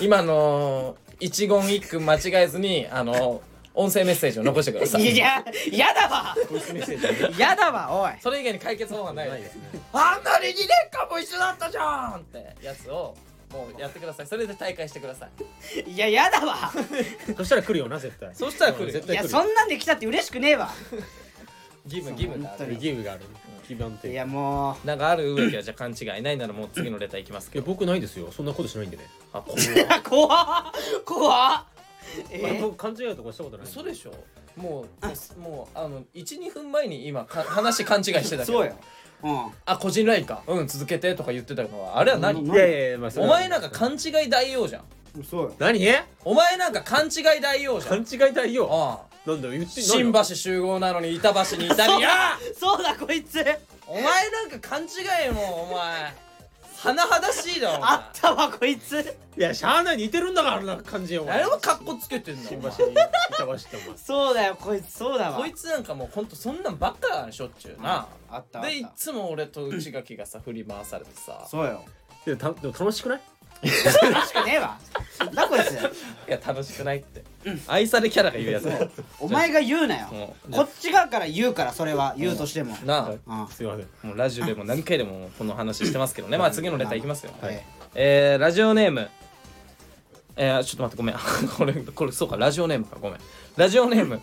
Speaker 2: 今の一言一句間違えずにあの音声メッセージを残してくださ
Speaker 1: い、
Speaker 2: い
Speaker 1: ややだ
Speaker 2: *laughs*
Speaker 1: わやだわおい
Speaker 2: それ以外に解決方法はない
Speaker 3: ない
Speaker 2: で
Speaker 3: ですすね
Speaker 2: あんなに2年間も一緒だったじゃんってやつをもうやってくださいそれで大会してください
Speaker 1: いややだわ
Speaker 3: そしたら来るよな絶対
Speaker 2: そしたら来るよ
Speaker 3: うん絶
Speaker 1: い
Speaker 3: 対来
Speaker 1: や
Speaker 3: る
Speaker 1: そんなんで来たって嬉しくねえわ
Speaker 2: ギブギブがあ
Speaker 1: 本当
Speaker 2: る
Speaker 1: に
Speaker 3: 義務がある基盤って
Speaker 1: い
Speaker 3: いや
Speaker 1: やも
Speaker 2: なんかある植木はじゃあ勘違いないならもう次のレターい
Speaker 1: *laughs*
Speaker 2: きますけど
Speaker 3: 僕ないですよそんなことしないんでね
Speaker 2: あこ
Speaker 1: う *laughs* 怖っ怖っえ
Speaker 3: まあ
Speaker 1: ー
Speaker 3: 僕勘違いとかしたことない
Speaker 2: 嘘でしょもうもうあの12分前に今か話勘違いしてたけど
Speaker 1: そうようん
Speaker 2: あ個人ラインかうん続けてとか言ってたのはあれは何
Speaker 1: うん
Speaker 3: いやいやいやまあそれ
Speaker 2: お
Speaker 3: は
Speaker 2: 前なんか勘違い大王じゃん
Speaker 1: そうよ
Speaker 3: 何
Speaker 2: お前なんか勘違い大王じゃん
Speaker 3: 勘違いだよ
Speaker 2: ああ
Speaker 3: なんだよ言ってない
Speaker 2: 新橋集合なのに板橋にいた *laughs* りや
Speaker 1: そうだこいつ
Speaker 2: お前なんか勘違いもんお前甚だしいだろお前
Speaker 1: あったわこいつ
Speaker 3: いやしゃあない似てるんだからあんな感じよお前
Speaker 2: 誰もカッコつけてんだ
Speaker 3: 新
Speaker 2: お
Speaker 3: 橋
Speaker 2: 前
Speaker 3: に板橋ってお前
Speaker 1: そうだよこいつそうだわ
Speaker 2: こいつなんかもうほんとそんなんばっかだねしょっちゅうな
Speaker 1: あったわ
Speaker 2: でい
Speaker 1: あっ
Speaker 2: つも俺と内垣が *laughs* さ振り回されてさ
Speaker 1: たそうよ
Speaker 3: でもたでも楽しくない
Speaker 1: 楽しくねえわなんだこいつ
Speaker 2: いや楽しくないって愛されキャラが言うやつだよ
Speaker 1: お前が言うなよ
Speaker 2: う
Speaker 1: こっち側から言うからそれは言うとしても
Speaker 2: な
Speaker 1: うん
Speaker 3: すいません
Speaker 2: あもうラジオでも何回でもこの話してますけどねまあ次のレターいきますよ
Speaker 1: はい
Speaker 2: えー、ラジオネームえー、ちょっと待ってごめん *laughs* これこれそうかラジオネームかごめんラジオネーム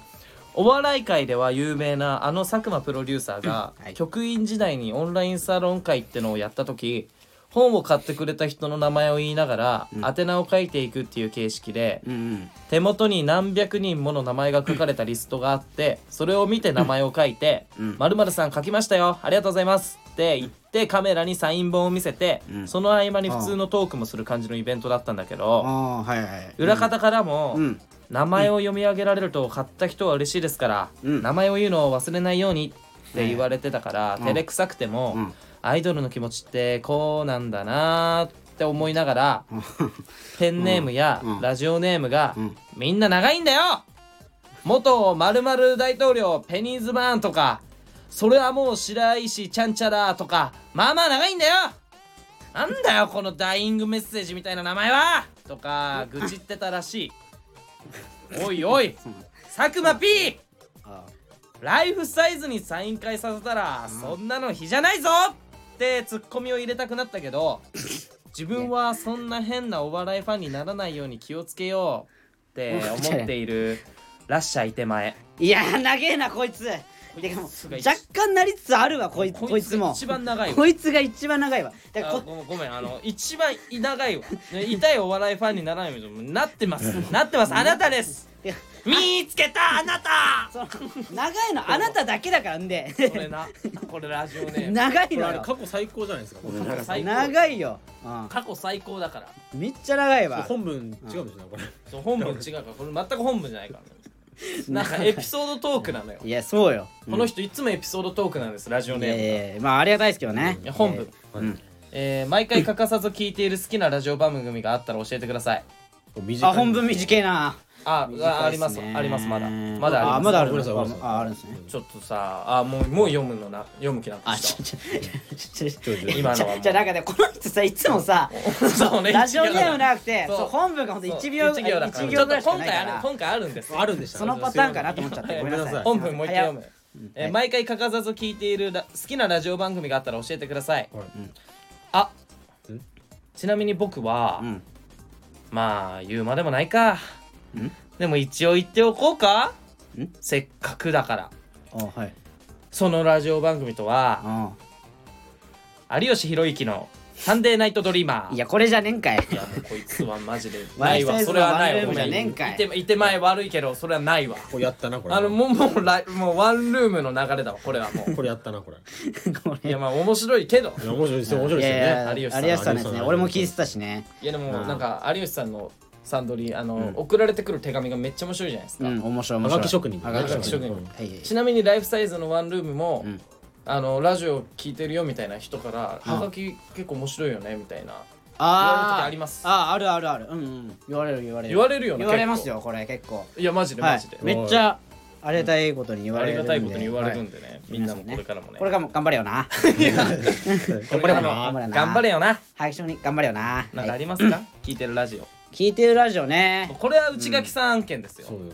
Speaker 2: お笑い界では有名なあの佐久間プロデューサーが、
Speaker 1: はい
Speaker 2: 局員時代にオンラインサロン会ってのをやった時本を買ってくれた人の名前を言いながら、宛名を書いていくっていう形式で、
Speaker 1: うんうん
Speaker 2: 手元に何百人もの名前が書かれたリストがあってそれを見て名前を書いて
Speaker 1: うん
Speaker 2: 「まるさん書きましたよありがとうございます」って言ってカメラにサイン本を見せて
Speaker 1: うん
Speaker 2: その合間に普通のトークもする感じのイベントだったんだけど
Speaker 1: ああーはいはい
Speaker 2: 裏方からも
Speaker 1: うん
Speaker 2: 「名前を読み上げられると買った人は嬉しいですから
Speaker 1: うん
Speaker 2: 名前を言うのを忘れないように」って言われてたから
Speaker 1: うん
Speaker 2: 照れくさくても
Speaker 1: うん
Speaker 2: アイドルの気持ちってこうなんだなーって思いながらペンネームや
Speaker 1: うん
Speaker 2: ラジオネームが
Speaker 1: うん
Speaker 2: みんな長いんだよ元〇〇大統領ペニーズバーンとかそれはもう白石ちゃんちゃらとかまあまあ長いんだよなんだよこのダイイングメッセージみたいな名前はとか愚痴ってたらしいおいおい佐久間 P
Speaker 1: あ
Speaker 2: ライフサイズにサイン会させたらそんなの日じゃないぞってツッコミを入れたくなったけど自分はそんな変なお笑いファンにならないように気をつけようって思っているラッシャーいて前
Speaker 1: ーいやー長えなこいつてかもう
Speaker 2: が一
Speaker 1: 若干なりつつあるわこい
Speaker 2: こいつ
Speaker 1: こいつも
Speaker 2: 一番長いわ
Speaker 1: こいつが一番長いわだから
Speaker 2: あ
Speaker 1: こ
Speaker 2: ごごめんあの一番長いわね痛いお笑いファンにならないようになってますなってますあなたです
Speaker 1: いや
Speaker 2: 見つけたあなた
Speaker 1: その長いのあなただけだからんで
Speaker 2: これなこれラジオネーム
Speaker 1: *laughs* 長い
Speaker 3: これ
Speaker 1: の
Speaker 3: あれ
Speaker 1: よ
Speaker 3: 過去最高じゃないですかこれ
Speaker 2: 最高
Speaker 1: 長いよ、う
Speaker 2: 過去最高だから
Speaker 1: ん、めっちゃ長いわ
Speaker 3: 本文違うんですよねこれ
Speaker 2: そう本文違うからこれ全く本文じゃないからねなんかエピソードトークなのよ
Speaker 1: いやそうよ
Speaker 2: この人いつもエピソードトークなんですラジオネームが
Speaker 1: えー、まあありがたいですけどね
Speaker 2: いや本部、
Speaker 1: うん
Speaker 2: えー毎回欠かさず聞いている好きなラジオ番組があったら教えてください
Speaker 1: あ本文短いな
Speaker 2: あああります
Speaker 1: 短いっね
Speaker 2: ありますまだまだあります
Speaker 1: まだある
Speaker 3: ごめんなさいごめんなさい
Speaker 1: ああるんですね
Speaker 2: ちょっとさあもうもう読むのな読む気なく
Speaker 1: あ
Speaker 2: な
Speaker 1: ちょちょちょちょ
Speaker 3: ちょちょ
Speaker 2: 今のはもう
Speaker 1: じゃあなんかねこの人さいつもさ
Speaker 2: そうね
Speaker 1: ラジオネーム
Speaker 2: な
Speaker 1: なくて
Speaker 2: そう
Speaker 1: そう本文がほんと1秒
Speaker 2: 1
Speaker 1: 1
Speaker 2: 秒
Speaker 1: 秒
Speaker 2: だから
Speaker 1: ぐらいしか
Speaker 2: ちょっと今
Speaker 1: ない
Speaker 2: 回
Speaker 1: か
Speaker 2: ある
Speaker 1: ら
Speaker 2: 今回あるんです
Speaker 3: あるんでした
Speaker 1: そのパターンかなと思っちゃってごめんなさい
Speaker 2: 本文もう一回読む
Speaker 1: 早っ、
Speaker 2: えー毎回欠かさず聞いているラ好きなラジオ番組があったら教えてください、
Speaker 3: はい
Speaker 2: あちなみに僕は、
Speaker 1: うん
Speaker 2: まあ言うまでもないか
Speaker 1: ん
Speaker 2: でも一応言っておこうか
Speaker 1: ん
Speaker 2: せっかくだから
Speaker 1: あはい
Speaker 2: そのラジオ番組とは
Speaker 1: あ
Speaker 2: 有吉弘行の「サンデーナイトドリーマ
Speaker 1: あ
Speaker 2: ー」
Speaker 1: いやこれじゃねんかい
Speaker 2: いやもうこいつはマ
Speaker 1: *laughs*
Speaker 2: ジで
Speaker 1: ワ
Speaker 2: な
Speaker 1: イ
Speaker 2: い
Speaker 1: サ
Speaker 2: わ
Speaker 1: イズ
Speaker 2: そ
Speaker 1: の
Speaker 2: れは
Speaker 1: ワ
Speaker 2: な
Speaker 1: ンル
Speaker 2: い
Speaker 1: ー
Speaker 2: わ
Speaker 1: ムじゃねえんかい
Speaker 2: いていて前悪いけどそれはないわ
Speaker 3: これやったなこれ
Speaker 2: あのもうもうライもうワンルームの流れだわこれはも
Speaker 1: *laughs*
Speaker 2: う
Speaker 3: これやったなこれ
Speaker 1: こ
Speaker 2: い
Speaker 1: れ
Speaker 2: やまあ面白いけど
Speaker 3: いや面白いですよ面白い
Speaker 1: い
Speaker 3: ですよね
Speaker 1: やい
Speaker 2: 有
Speaker 1: や有
Speaker 2: 吉さん
Speaker 1: 吉さんです
Speaker 3: 有吉
Speaker 1: ね
Speaker 3: さん
Speaker 1: 俺も聞いてたしね
Speaker 2: いやでも
Speaker 3: うん
Speaker 2: なんか有吉さんのサンドリーあの、送られてくる手紙がめっちゃ面白いじゃないです
Speaker 1: う
Speaker 2: か、
Speaker 1: ん面白い面
Speaker 3: は
Speaker 1: 白い
Speaker 3: がき職人
Speaker 1: はがき職人
Speaker 2: 職人
Speaker 3: うん
Speaker 1: はいはい
Speaker 2: ちなみにライフサイズのワンルームも、
Speaker 1: ん
Speaker 2: あのラジオ聞いてるよみたいな人から「
Speaker 1: うん
Speaker 2: はがき結構面白いよね」みたいな
Speaker 1: あー
Speaker 2: 言われる時あります
Speaker 1: あーあるあるあるうんうん言われる言われる
Speaker 2: 言われるよね
Speaker 1: 言われますよこれ結構
Speaker 2: いやマジで
Speaker 1: は
Speaker 2: マ
Speaker 1: い
Speaker 2: ジで、
Speaker 1: めっちゃありがたいことに言わ
Speaker 2: あ
Speaker 1: れ
Speaker 2: り
Speaker 1: る
Speaker 2: が
Speaker 1: んで
Speaker 2: たいことに言われるん
Speaker 1: は
Speaker 2: でね、
Speaker 1: い
Speaker 2: みんなもこれからもね
Speaker 1: これからも頑張れよな *laughs*
Speaker 2: これか
Speaker 1: 頑
Speaker 2: らも
Speaker 1: 張れよな
Speaker 2: 頑張れよな
Speaker 1: 配信に頑張れよな
Speaker 2: なんか
Speaker 1: は
Speaker 2: あ
Speaker 1: い
Speaker 2: りま
Speaker 1: *laughs*
Speaker 2: すか、聞いてるラジオ
Speaker 1: 聞いてるラジオね
Speaker 2: これは内垣さん案件ですよ、
Speaker 3: そうだよ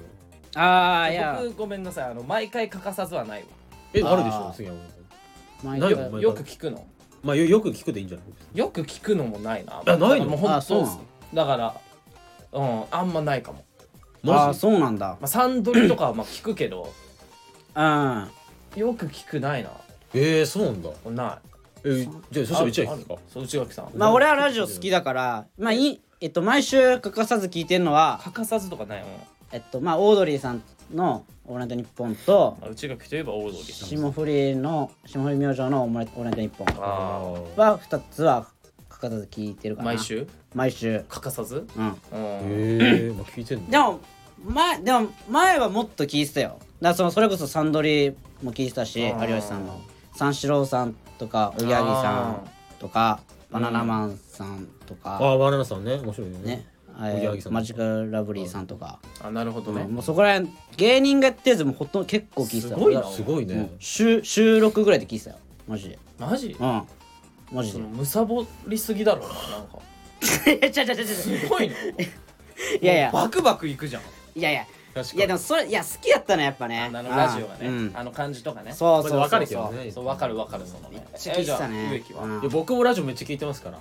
Speaker 1: ああいや
Speaker 2: 僕ごめんなさいあの毎回欠かさずはないわ
Speaker 3: え
Speaker 1: あー
Speaker 3: あるでしょ杉山さん
Speaker 1: 毎
Speaker 3: ない
Speaker 1: 回
Speaker 3: よお前
Speaker 2: よく聞くの
Speaker 3: まあよよく聞くでいいんじゃない
Speaker 2: よく聞くのもないな
Speaker 3: あない
Speaker 2: だ
Speaker 3: の
Speaker 2: からもうほん
Speaker 1: あ
Speaker 2: と
Speaker 1: そう
Speaker 2: そう
Speaker 1: な
Speaker 2: っ
Speaker 1: の
Speaker 2: すだからうんあんまないかも、
Speaker 1: あ
Speaker 3: マ
Speaker 1: あ
Speaker 3: ジ
Speaker 1: そうなんだ
Speaker 2: まあ、サンドリとかはまあ聞くけど
Speaker 1: うん
Speaker 2: よく聞くないな
Speaker 3: えー、そうなんだ
Speaker 2: ない
Speaker 3: えじゃあそしたらうちは聞くか
Speaker 2: そう内垣さん
Speaker 1: まあ俺はラジオ好きだからまあいいえっと毎週欠かさず聞いてるのは
Speaker 2: 欠かさずとかないも
Speaker 1: えっとまあオードリーさんの「オールナイトニッポン」と
Speaker 2: ん内垣といえばオードリーさん
Speaker 1: 霜降りの霜降り明星の「オールナイトニッポン」
Speaker 2: あ
Speaker 1: は2つは欠かさず聞いてる
Speaker 2: あ
Speaker 1: かな
Speaker 2: 毎週
Speaker 1: 毎週
Speaker 2: 欠かさず
Speaker 1: うん
Speaker 2: うん
Speaker 3: ええまあ聞いてん
Speaker 1: で
Speaker 3: の
Speaker 1: も前でも前はもっと聞いてたよだからそのそれこそサンドリーも聞いてたし有
Speaker 2: あー
Speaker 1: 吉さんの三四郎さんとかおぎやはぎさんとかバナナマンさんとか、
Speaker 3: ああバナナさんね面白いよね
Speaker 1: ねあ
Speaker 3: おぎやは
Speaker 1: れ
Speaker 3: ぎさんとか
Speaker 1: マジカルラブリーさんとか、
Speaker 2: あなるほどね
Speaker 1: もうそこら辺芸人がやってるやつもほとんど結構聞いてた
Speaker 2: すごいな
Speaker 1: だか
Speaker 3: すごいね、
Speaker 1: らもう週収録ぐらいで聞いてたよマジで
Speaker 2: マジ
Speaker 1: うんマジ
Speaker 2: そ
Speaker 1: で
Speaker 2: のむさぼりすぎだろうななんか
Speaker 1: いやちゃちゃちゃちゃ
Speaker 2: すごいない
Speaker 1: やいや
Speaker 2: バクバクいくじゃん
Speaker 1: いやいや
Speaker 3: 確か
Speaker 1: いやでもそれいや好きやったねやっぱね
Speaker 2: あのラジオがね、
Speaker 1: うん
Speaker 2: あの感じとかね
Speaker 1: そうそうそう
Speaker 3: まあ分かるけどね
Speaker 2: そうわかるわかるそのね
Speaker 1: 聞いて
Speaker 2: えじゃ
Speaker 1: た
Speaker 2: あ
Speaker 1: ね
Speaker 2: 植木は、
Speaker 1: うん
Speaker 3: いや僕もラジオめっちゃ聞いてますから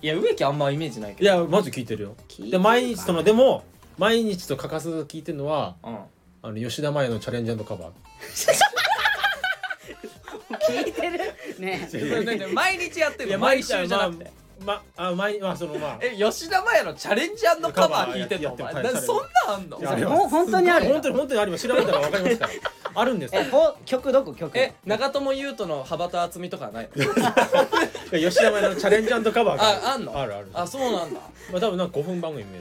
Speaker 2: いや植木あんまイメージないけ
Speaker 3: いやまず聞いてるよ
Speaker 1: 聞いてる
Speaker 3: で毎日そのでも毎日と欠かさず聞いてるのは
Speaker 2: ど、うん、
Speaker 3: あの吉田麻也のチャレンジャーのカバー
Speaker 1: 聞いてるね
Speaker 2: それなんか毎日やってるの毎週じゃなくて、
Speaker 3: まあ毎まあそのまあ
Speaker 2: え吉田麻也のチャレンジャーのカバー聞いてんのお
Speaker 3: カバ
Speaker 2: 前
Speaker 3: ーや
Speaker 2: な
Speaker 3: ってや
Speaker 2: そ
Speaker 3: って
Speaker 2: んなんあんの
Speaker 3: やあります
Speaker 1: ほん本当にある
Speaker 3: 本当に本当にあります調べたらわかりますからあるんですよ
Speaker 1: えほ曲どこ曲
Speaker 2: え長友佑都の幅と厚みとかはないの
Speaker 3: いや吉田麻也のチャレンジャーのカバーが
Speaker 2: ああんの
Speaker 3: あるある
Speaker 2: あそうなんだ
Speaker 3: まあ多分なんか5分番組み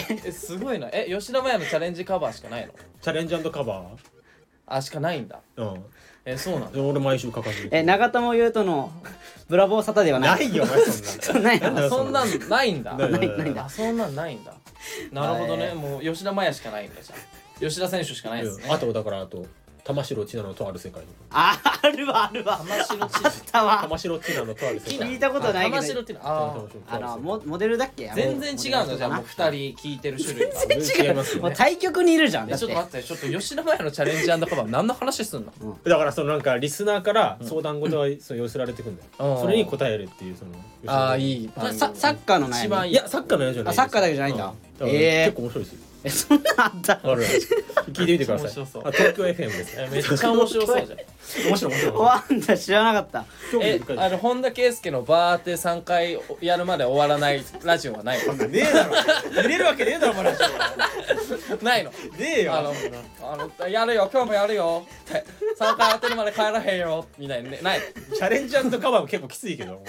Speaker 3: たいな
Speaker 2: えすごいなえ吉田麻也のチャレンジカバーしかないの
Speaker 3: チャレンジャーカバ
Speaker 2: あしかないんだ
Speaker 3: ーうん
Speaker 2: えそうなんだ
Speaker 3: で俺毎週欠かさず
Speaker 1: え長友佑都のブラボーサタではない
Speaker 3: ないよお前そんな
Speaker 1: ない
Speaker 3: なんだ
Speaker 1: の
Speaker 3: よ
Speaker 2: そんなんないんだ
Speaker 3: ないないない
Speaker 1: ないんだ
Speaker 2: あそんなんないんだなるほどね、
Speaker 1: えー
Speaker 2: もう吉田麻也しかないんだじゃあ吉田選手しかないですね、
Speaker 3: うんあとだからあと玉城ティナのとある世界
Speaker 1: ああるわあるわあったわ
Speaker 3: 玉城ティナのとある世界
Speaker 1: 聞いたことない
Speaker 2: 玉
Speaker 1: け
Speaker 2: 城
Speaker 1: ど
Speaker 2: っていうのあー
Speaker 1: あのモモデルだっけ
Speaker 2: 全然違うんだじゃあもう2人聞いてる種類がち
Speaker 3: 然違いますよ
Speaker 1: もう
Speaker 3: ね
Speaker 1: 対局にいるじゃん
Speaker 2: ょ
Speaker 1: だ
Speaker 2: っ
Speaker 1: って
Speaker 2: と待ってちょっと吉田麻也のチャレンジカバー何の話すん
Speaker 3: *laughs*
Speaker 2: の
Speaker 3: だからそのなんかリスナーから相談事がそう寄せられてくんだよ
Speaker 2: うん
Speaker 3: それに答えるっていうその
Speaker 2: ああ
Speaker 3: い
Speaker 2: いい
Speaker 1: それササッカーの悩み
Speaker 2: 一番いい
Speaker 3: いやサッカーのやつじゃないです
Speaker 1: あサッカーだけじゃないんだ
Speaker 3: う
Speaker 1: ええ
Speaker 3: 結構面白いですよ
Speaker 1: えそんなんあった
Speaker 3: あるある聞いてみてください
Speaker 2: 面白そう
Speaker 3: あ東京 FM です
Speaker 2: えめっちゃ *laughs* 面白
Speaker 3: *laughs*
Speaker 2: そうじゃん
Speaker 3: 面白い面白い
Speaker 1: 終わんだ知らなかった
Speaker 3: 興味
Speaker 2: え
Speaker 3: 深い
Speaker 2: あの本田圭佑のバーって3回やるまで終わらないラジオはないの
Speaker 3: *laughs* ねえだろ入れるわけねえだろお前らね
Speaker 2: *laughs* ないの
Speaker 3: え
Speaker 2: あのあのやるよ今日もやるよって3回当てるまで帰らへんよみたいなねないの *laughs*
Speaker 3: チャレンジャーとカバーも結構きついけ
Speaker 1: *laughs*
Speaker 3: ど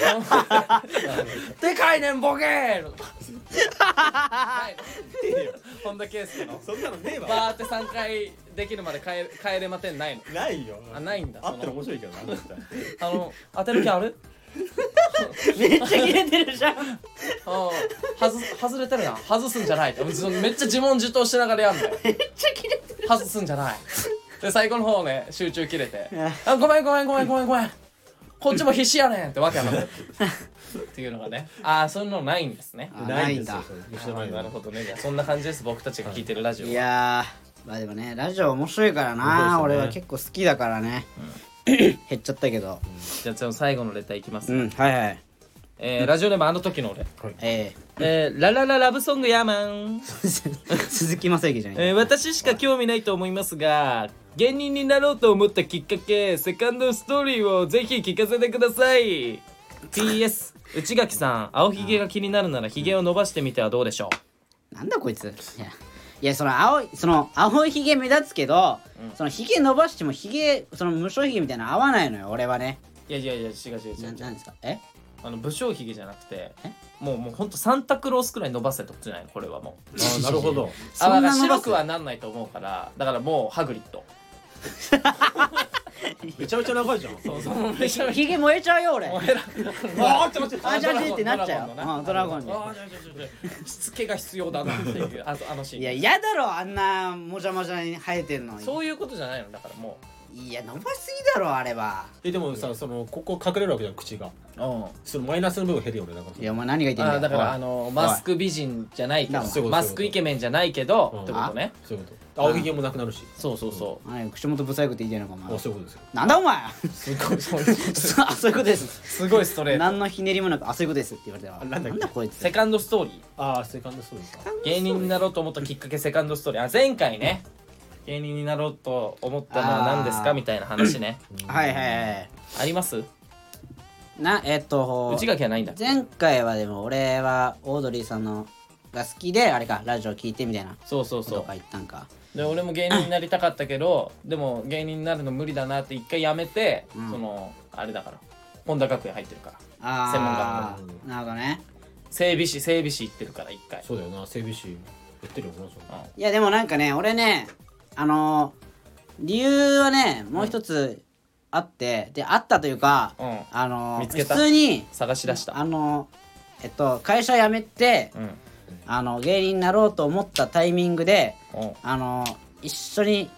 Speaker 2: でかいねんボケー *laughs* はい本田圭佑の
Speaker 3: そんなのねえ
Speaker 2: バーって3回できるまで帰帰れまてんないの
Speaker 3: ないよ
Speaker 2: あないんだ
Speaker 3: あったら面白いけどな絶対
Speaker 2: あの当てる気ある
Speaker 1: めっちゃ切れてるじゃん
Speaker 2: あはず外れてるな外すんじゃないそのめっちゃ自問自答しながらやんだよめっちゃ切れてる外すんじゃないで最後の方ね集中切れて「あごめんごめんごめんごめんごめんこっちも必死やねん」ってわけやなかったっていうのがねああそういうのないんですね
Speaker 1: あないんだ
Speaker 3: ですよそれ吉田
Speaker 2: あー
Speaker 3: 麻也
Speaker 2: なるほどねじゃあそんな感じです僕たちが聞いてるラジオ
Speaker 1: いやーまあでもねラジオ面白いからな、
Speaker 3: 面白い
Speaker 1: 俺
Speaker 3: ですよね
Speaker 1: は結構好きだ *coughs* からね、減っちゃったけど
Speaker 2: じゃあその最後のレターいきます、
Speaker 1: うんはいはい
Speaker 2: えーラジオネームあの時の俺、
Speaker 1: え
Speaker 2: えーララララブソングヤーマン、
Speaker 1: え *laughs* 鈴木雅之じゃない、
Speaker 2: えー私しか興味ないと思いますが芸人になろうと思ったきっかけセカンドストーリーをぜひ聞かせてください PS 内垣さん青ひげが気になるならひげを伸ばしてみてはどうでしょ
Speaker 1: なんだこいついやいやその青いその青いひげ目立つけど、そのひげ伸ばしてもひげその無償ひげみたいなの合わないのよ俺はね
Speaker 2: ういやいやいや違う違う違
Speaker 1: な
Speaker 2: う違
Speaker 1: な
Speaker 2: うん
Speaker 1: ですかえ *laughs*
Speaker 2: あの武将ひげじゃなくて
Speaker 1: え
Speaker 2: もうもうほんとサンタクロースくらい伸ばせとってないのこれはもう
Speaker 3: あーなる
Speaker 1: *laughs*
Speaker 3: ほど
Speaker 2: あだから
Speaker 1: 伸ば
Speaker 2: 白
Speaker 1: す
Speaker 2: くはなんないと思うからだからもうハグリッド
Speaker 3: めちゃめちゃ長いじゃん
Speaker 2: そうそうめちゃめち
Speaker 1: ひげ燃えちゃうよ俺
Speaker 2: ゃ
Speaker 3: あーちょっと待って
Speaker 1: あじゃあじゃあってなっちゃう
Speaker 2: ド
Speaker 1: よ
Speaker 2: ラゴンのね
Speaker 1: うんドラゴンに
Speaker 2: あーちょちょちょしつけが必要だなっていうああのシーン
Speaker 1: いや嫌だろあんなもじゃもじゃに生えてるの
Speaker 2: そういうことじゃないのだからも
Speaker 1: いや伸ばしすぎだろあれは
Speaker 3: えでもさそのここ隠れるわけじゃん口が
Speaker 2: ううん
Speaker 3: そのマイナスの部分減るよねなんか
Speaker 1: いやお前何が言ってんだ
Speaker 2: あ
Speaker 1: よ
Speaker 2: ーだから
Speaker 1: お
Speaker 2: あ
Speaker 1: い
Speaker 2: のマスク美人じゃないけ
Speaker 1: おい
Speaker 3: そ
Speaker 2: ど
Speaker 3: ういうこと
Speaker 2: マスクイケメンじゃないけど
Speaker 3: うん
Speaker 2: ってことね
Speaker 3: そういうこと青ひげもなくなるし
Speaker 2: そうそうそう
Speaker 1: 何口元不細工って言ってんのかお
Speaker 3: あ
Speaker 1: 前
Speaker 3: そういうこと
Speaker 1: *laughs*
Speaker 3: ですよ
Speaker 1: なんだお前
Speaker 2: すごいそういうこと
Speaker 1: そうあそういうことです
Speaker 2: すごいストレート
Speaker 1: 何のひねりもなくあそういうことですって言われたら
Speaker 3: なんだっけ
Speaker 1: なんだこいつ
Speaker 2: セカンドストーリー
Speaker 3: ああセカンドストーリーか
Speaker 2: 芸人になろうと思ったきっかけセカンドストーリーあ前回ね芸人になろうと思ったのは何です
Speaker 1: あ
Speaker 2: か
Speaker 1: ー
Speaker 2: みたいな話ね
Speaker 1: はいはいはい
Speaker 2: あります
Speaker 1: なえっと
Speaker 2: 内垣はないんだ
Speaker 1: 前回はでも俺はオードリーさんのが好きであれかラジオ聞いてみたいな
Speaker 2: そうそう
Speaker 1: こと
Speaker 2: そ
Speaker 1: か言ったんか
Speaker 2: うで俺も芸人になりたかったけどでも芸人になるの無理だなって一回やめて、
Speaker 1: うん
Speaker 2: そのあれだから本田学園入ってるから
Speaker 1: あ
Speaker 3: 専門学
Speaker 1: あなるほどね
Speaker 2: 整備士整備士行ってるから一回
Speaker 3: そうだよな整備士やってるよなその
Speaker 1: いやでもなんかね俺ねあのー理由はねもう一つあって、であったというか、
Speaker 2: うん
Speaker 1: あのー
Speaker 2: 見つけた
Speaker 1: 普通に
Speaker 2: 探し出した
Speaker 1: あのーえっと会社辞めて、
Speaker 2: うん
Speaker 1: あの芸人になろうと思ったタイミングで
Speaker 2: うん
Speaker 1: あの一緒に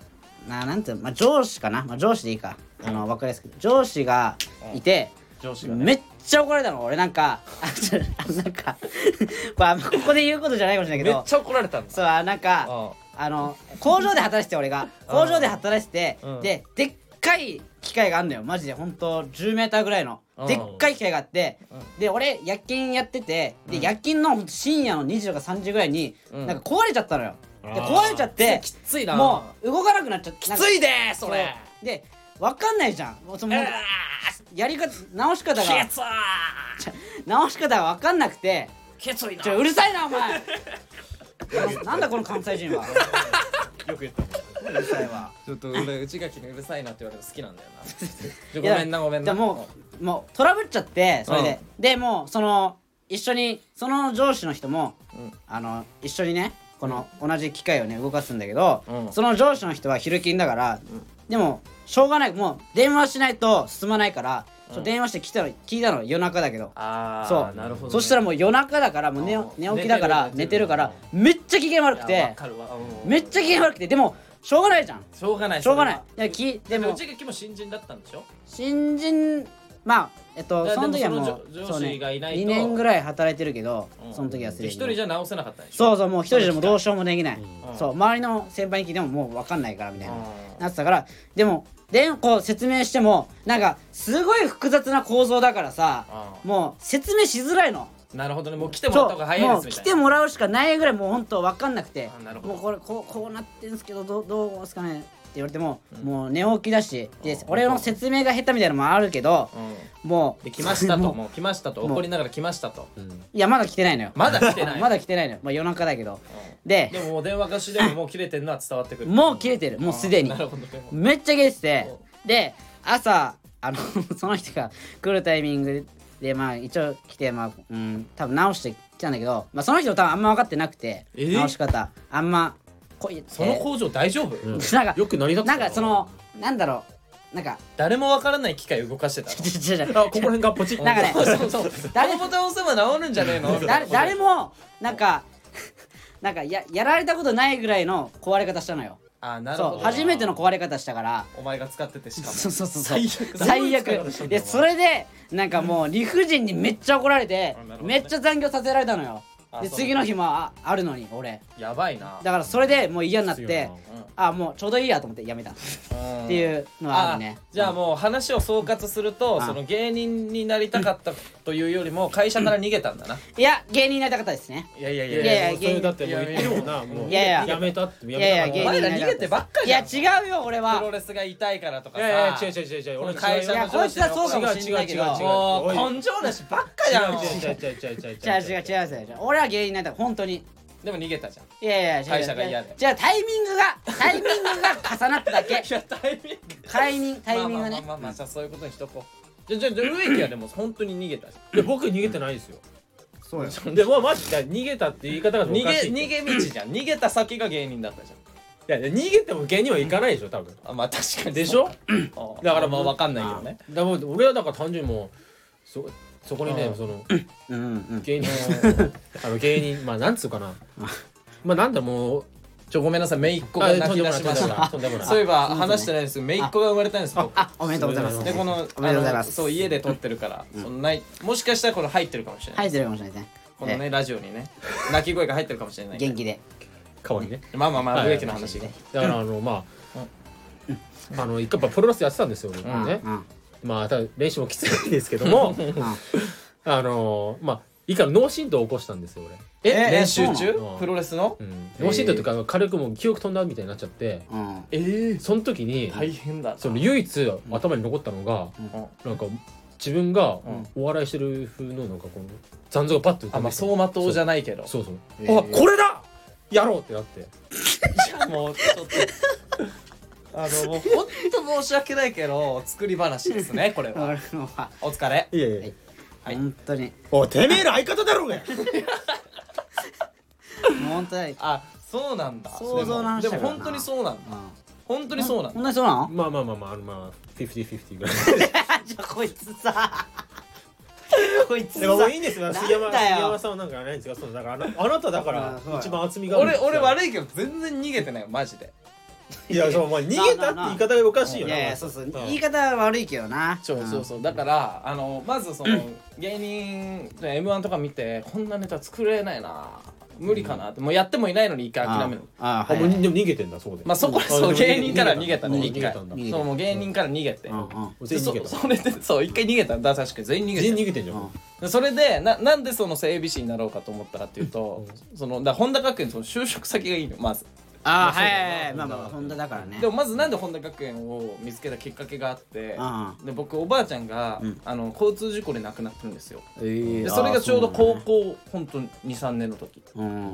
Speaker 1: ななんていうの、まあ、上司かな、まあ、上司でいいかあの分かりやすく上司がいて、
Speaker 2: 上司がね
Speaker 1: めっちゃ怒られたの俺なんかあちょあなんか *laughs* まあここで言うことじゃないかもしれないけ
Speaker 2: めっ
Speaker 1: ど
Speaker 2: ちゃ怒られたんです
Speaker 1: そうあなんか
Speaker 2: あ
Speaker 1: あの工場で働いてて俺が工場で働いてて、
Speaker 2: うん
Speaker 1: ででっかい機械があんだよマジで本当10メーターぐらいの、
Speaker 2: うん
Speaker 1: でっかい機械があって、で俺夜勤やっててで、夜勤のほんと深夜の2時とか3時ぐらいに、
Speaker 2: うん
Speaker 1: なんか壊れちゃったのよで
Speaker 3: あー
Speaker 1: 壊れちゃって
Speaker 2: きついな
Speaker 1: もう動かなくなっちゃってき
Speaker 2: きついでーそれ
Speaker 1: でわかんないじゃんもうその
Speaker 2: うわ
Speaker 1: やり方直し方
Speaker 2: ー
Speaker 1: が
Speaker 2: きつー
Speaker 1: 直し方がわかんなくて
Speaker 2: ケツいな
Speaker 1: ちょうるさいなお
Speaker 2: *laughs*
Speaker 1: 前ななんだこの関西人は
Speaker 3: よく言った
Speaker 1: うるさいわ
Speaker 2: ちょっと俺内垣にうるさいなって言われるの好きなんだよ
Speaker 1: *laughs*
Speaker 2: なちょ
Speaker 1: いや
Speaker 2: ごめんなごめん
Speaker 1: じゃ
Speaker 2: な
Speaker 1: あもうもうトラブっちゃってそれで、でもうその一緒にその上司の人も、
Speaker 2: うん
Speaker 1: あの一緒にねこの同じ機械をね動かすんだけど、
Speaker 2: うん
Speaker 1: その上司の人は昼勤だから、でもしょうがないもう電話しないと進まないから、そう電話して来たの聞いたの夜中だけど
Speaker 2: あ
Speaker 1: そ
Speaker 2: あ
Speaker 1: う
Speaker 2: なるほどね
Speaker 1: そしたらもう夜中だからもう寝
Speaker 2: うん
Speaker 1: 寝起きだから
Speaker 2: 寝
Speaker 1: 寝
Speaker 2: て
Speaker 1: て
Speaker 2: る
Speaker 1: る
Speaker 2: か
Speaker 1: かららめっちゃ機嫌悪く
Speaker 2: いやわ
Speaker 1: て
Speaker 2: かるわうん
Speaker 1: めっちゃ機嫌悪くてでもしょうがないじゃん
Speaker 2: しょうがない
Speaker 1: しょうがない
Speaker 2: そ
Speaker 1: いやき
Speaker 2: れ
Speaker 1: で
Speaker 2: はで
Speaker 1: も
Speaker 2: 内垣も新人だったんでしょ
Speaker 1: 新人まあえっと
Speaker 2: だ
Speaker 1: その時は
Speaker 2: で
Speaker 1: も
Speaker 2: も
Speaker 1: う
Speaker 2: その上
Speaker 1: そうね
Speaker 2: 上司がいないと
Speaker 1: 2年ぐらい働いてるけど、
Speaker 2: うん
Speaker 1: その時はす
Speaker 2: で
Speaker 1: る
Speaker 2: 一人じゃ直せなかったんでしょ
Speaker 1: そうそうもう一人でもどうしようもできない、
Speaker 2: うん
Speaker 1: そう周りの先輩に聞いてももう分かんないからみたいな、
Speaker 2: うん
Speaker 1: なってたからでもでこう説明してもなんかすごい複雑な構造だからさ、
Speaker 2: う
Speaker 1: もう説明しづらいの
Speaker 2: なるほどねもう来てもらった方が早い
Speaker 1: も
Speaker 2: で
Speaker 1: う
Speaker 2: すみ
Speaker 1: 来
Speaker 2: たい
Speaker 1: て
Speaker 2: な
Speaker 1: もらうしかないぐらいもう本当分かんなくて
Speaker 2: あなるほど
Speaker 1: もうこれこうこうなってんすけどどうどうですかねって言われても、もう寝起きだしで
Speaker 2: うん
Speaker 1: 俺の説明が下手みたいなのもあるけど、
Speaker 2: うん
Speaker 1: もう
Speaker 2: で来ましたともう来ましたと怒りながら来ましたと
Speaker 1: *laughs* いやまだ来てないのよ
Speaker 2: まだ来てない
Speaker 1: まだ来てないのよ、まあ、夜中だけど
Speaker 2: で
Speaker 1: で
Speaker 2: ももう電話越しでももう切れてるのは伝わってくる
Speaker 1: もう切れてるもうすでに
Speaker 2: なるほどでも
Speaker 1: めっちゃゲスてで朝あの *laughs* その人が来るタイミングでまあ一応来てまあうん多分直してきたんだけど、まあ、その人も多分あんま分かってなくて、
Speaker 2: え
Speaker 1: 直し方あんまこい
Speaker 2: その工場大丈夫
Speaker 1: えー *laughs* なんか
Speaker 3: よく成り立つ
Speaker 1: なんかそのなんだろうなんか *laughs*
Speaker 2: 誰もわからない機械動かしてたの
Speaker 1: ちょちょちょ
Speaker 3: あここら辺がポチッ
Speaker 1: なんかね
Speaker 2: そうそ
Speaker 1: *laughs*
Speaker 2: うそうあのボタン押せば直るんじゃねえのみたい
Speaker 1: 誰
Speaker 2: な
Speaker 1: 誰もなんか *laughs* なんかややられたことないぐらいの壊れ方したのよ
Speaker 2: あなるほ
Speaker 1: そ
Speaker 2: ど
Speaker 1: う初めての壊れ方したから
Speaker 2: お前が使っててしかも
Speaker 1: そうそうそう
Speaker 2: 最悪だ
Speaker 1: 最
Speaker 2: どういう使い方した
Speaker 1: 悪
Speaker 2: んだ
Speaker 1: で
Speaker 2: よお前
Speaker 1: それでなんかもう理不尽にめっちゃ怒られて
Speaker 2: あなるほどね
Speaker 1: めっちゃ残業させられたのよ
Speaker 2: あ
Speaker 1: で
Speaker 2: そう
Speaker 1: 次の日もああるのに俺
Speaker 2: やばいな
Speaker 1: だからそれでもう嫌になっ
Speaker 3: きつい
Speaker 1: て
Speaker 3: よ
Speaker 1: あもうちょうどいいやと思ってやめたっ
Speaker 2: って
Speaker 1: いうのはあるね
Speaker 2: じゃあもう話を総括すると
Speaker 1: あ
Speaker 2: その芸人になりたかったというよりも会社から逃げたんだな、
Speaker 1: いや芸人になりたかったです
Speaker 2: *laughs*
Speaker 1: ね
Speaker 2: いやいやい
Speaker 1: いやいや
Speaker 3: もうそれだってもう言ってるもんなもう
Speaker 1: いやいや
Speaker 3: やめたってや
Speaker 1: いや
Speaker 3: め
Speaker 1: いや
Speaker 2: お
Speaker 3: たから
Speaker 2: 前ら逃げてばっか
Speaker 1: い
Speaker 2: り
Speaker 1: や
Speaker 2: だ
Speaker 1: 違うよ俺
Speaker 2: プロ
Speaker 1: は
Speaker 2: レスが痛いからとか
Speaker 3: い
Speaker 2: さ
Speaker 3: やいや違う違う違う違う俺
Speaker 2: この会
Speaker 1: い
Speaker 2: 社
Speaker 1: やこいつはそうかもしんないけど
Speaker 3: 違う違う違う違う
Speaker 2: もう根性なしばっかじゃん
Speaker 3: 違う違う違う違う違う
Speaker 1: 違う違う違う違う違う俺は芸人になりたかった本当に
Speaker 2: でも逃げたじゃ
Speaker 1: い
Speaker 2: ん
Speaker 1: やいや違う
Speaker 2: 会社が嫌で
Speaker 1: じゃあタイミングがタイミングが重なっただ
Speaker 2: *laughs*
Speaker 1: け
Speaker 2: いやタイミング
Speaker 1: タイミングタイミングが
Speaker 2: まあ
Speaker 1: ね
Speaker 2: まあまあまあまあじゃあそういうことにしとこうじゃあじゃあじゃあ植木はでも本当に逃げたじ
Speaker 3: で僕逃げてないですよ
Speaker 1: そうよ
Speaker 3: でもマジで逃げたって言い方が
Speaker 2: ゃん
Speaker 3: お
Speaker 2: 逃げ
Speaker 3: かしい
Speaker 2: 逃げ道じゃん逃げた先が芸人だったじ
Speaker 3: いや逃げても芸人はいかないでしょ多分
Speaker 2: ゃんあまあ確かに
Speaker 3: でしょ
Speaker 2: だからまあ分かんないけどね
Speaker 3: だから俺はだから単純にもうそそこに
Speaker 2: う
Speaker 3: ね
Speaker 2: ん
Speaker 3: その
Speaker 1: うんうん
Speaker 2: *laughs*
Speaker 3: 芸人あの芸人まあなんつうかなまあなんだもう
Speaker 2: ちょごめんなさい姪っ子
Speaker 3: あ
Speaker 2: が泣き
Speaker 3: とんでも
Speaker 2: 出
Speaker 3: ない
Speaker 2: しました
Speaker 3: とん
Speaker 2: *laughs*
Speaker 3: でもない
Speaker 2: そういえば
Speaker 1: あ
Speaker 2: 話してないですけど姪っ子が生まれたんです僕
Speaker 1: あおめでとうございます
Speaker 2: でこの
Speaker 1: おめでとうございます
Speaker 2: あのそう家で撮ってるからそのないもしかしたらこれ入ってるかもしれな
Speaker 1: 入
Speaker 2: い
Speaker 1: ってるかもしれないですね
Speaker 2: このねラジオにね泣き声が入ってるかもしれない
Speaker 1: 元気で
Speaker 3: 顔にね
Speaker 2: まあまあまあ
Speaker 3: はい
Speaker 2: 植木の話が
Speaker 3: だからあのまああの一回やっぱプロレスやってたんですよ俺
Speaker 1: うん
Speaker 3: ね
Speaker 1: うん
Speaker 3: まあただ練習もきついんですけど *laughs* もあのまあ以下の脳震盪を起こしたんですよ俺
Speaker 2: え
Speaker 1: え
Speaker 2: 練習中
Speaker 1: そう
Speaker 3: なの
Speaker 2: プロレスの
Speaker 3: うん
Speaker 2: へー
Speaker 3: 脳震盪というかあの軽くもう記憶飛んだみたいになっちゃって
Speaker 1: うん
Speaker 2: ええ
Speaker 3: その時に
Speaker 2: 大変だ
Speaker 3: その唯一頭に残ったのが
Speaker 2: うん
Speaker 3: なんか自分が
Speaker 2: ん
Speaker 3: お笑いしてる風のなんかこの残像がパッと浮
Speaker 2: あ
Speaker 3: かん
Speaker 2: ま
Speaker 3: で
Speaker 2: あ
Speaker 3: き
Speaker 2: 走
Speaker 3: て
Speaker 2: 馬灯じゃないけど
Speaker 3: そうそう
Speaker 1: え
Speaker 3: あ
Speaker 1: ー
Speaker 3: これだやろうってなって
Speaker 2: いやもうちょっとあのもうほんと申し訳ないけど作り話ですねこれは
Speaker 1: 俺のは
Speaker 2: お疲れ
Speaker 3: いやいや
Speaker 1: や
Speaker 2: はい
Speaker 1: 本当に
Speaker 3: おいてめえら相方だろうが
Speaker 1: もう本当に
Speaker 2: あそうなんだ
Speaker 1: 想像の話
Speaker 2: で
Speaker 1: だ
Speaker 2: も
Speaker 1: からな
Speaker 2: でも本当にそうなんだ
Speaker 1: うん
Speaker 2: 本当にそうなん
Speaker 1: ほ
Speaker 2: だ
Speaker 1: んとにそうなの
Speaker 3: まあまあまあまああのまあ50-50ぐらい
Speaker 1: *laughs* じゃあこいつ
Speaker 2: *laughs*
Speaker 1: さこいつ
Speaker 3: で
Speaker 1: さ
Speaker 3: ももういいんですよ杉
Speaker 1: な
Speaker 3: 山
Speaker 1: んだよ
Speaker 3: 杉山さんはなんかないんですよそのだからあのあなただか
Speaker 1: あ
Speaker 3: ら
Speaker 1: そうよ
Speaker 3: 一番厚みがあるんで
Speaker 2: 俺
Speaker 3: すよ
Speaker 2: 俺悪いけど全然逃げてないよマジで
Speaker 3: いやそうお前逃げたって言い方がおかしいよ
Speaker 1: い
Speaker 3: な
Speaker 1: やいやそうそう
Speaker 3: うん
Speaker 1: 言い方は悪いけどな
Speaker 2: そうそうそうだからあのまずその芸人 m 1とか見てこんなネタ作れないな無理かなってもうやってもいないのに一回諦める
Speaker 1: ああ
Speaker 3: あ
Speaker 1: はい
Speaker 3: もうでも逃げてんだそうで
Speaker 2: まあそこは
Speaker 3: あで
Speaker 2: そ
Speaker 3: も
Speaker 2: う
Speaker 3: 逃げ
Speaker 2: 芸人から逃げたね
Speaker 3: うん
Speaker 2: 一
Speaker 3: 逃げ
Speaker 2: 回
Speaker 3: たんだ
Speaker 1: 逃げ
Speaker 2: そうもう芸人から逃げて
Speaker 1: うんうん
Speaker 3: 全員逃げ
Speaker 2: で
Speaker 3: た
Speaker 2: そそれでそう一回逃げたんだ確かに全員逃げ
Speaker 3: 全員逃
Speaker 2: て
Speaker 3: げてんじゃん
Speaker 2: でそれでななんでその整備士になろうかと思ったかっていうとそのだから本田学園その就職先がいいのまず
Speaker 1: ああはいはいはいまあまあまあ本当だからね
Speaker 2: でもまずなんで本田学園を見つけたきっかけがあって
Speaker 1: あ
Speaker 2: で僕おばあちゃんが、
Speaker 1: うん
Speaker 2: あの交通事故で亡くなってるんですよ
Speaker 1: で
Speaker 2: でそれがちょうど高校本当に23年の時
Speaker 1: うんう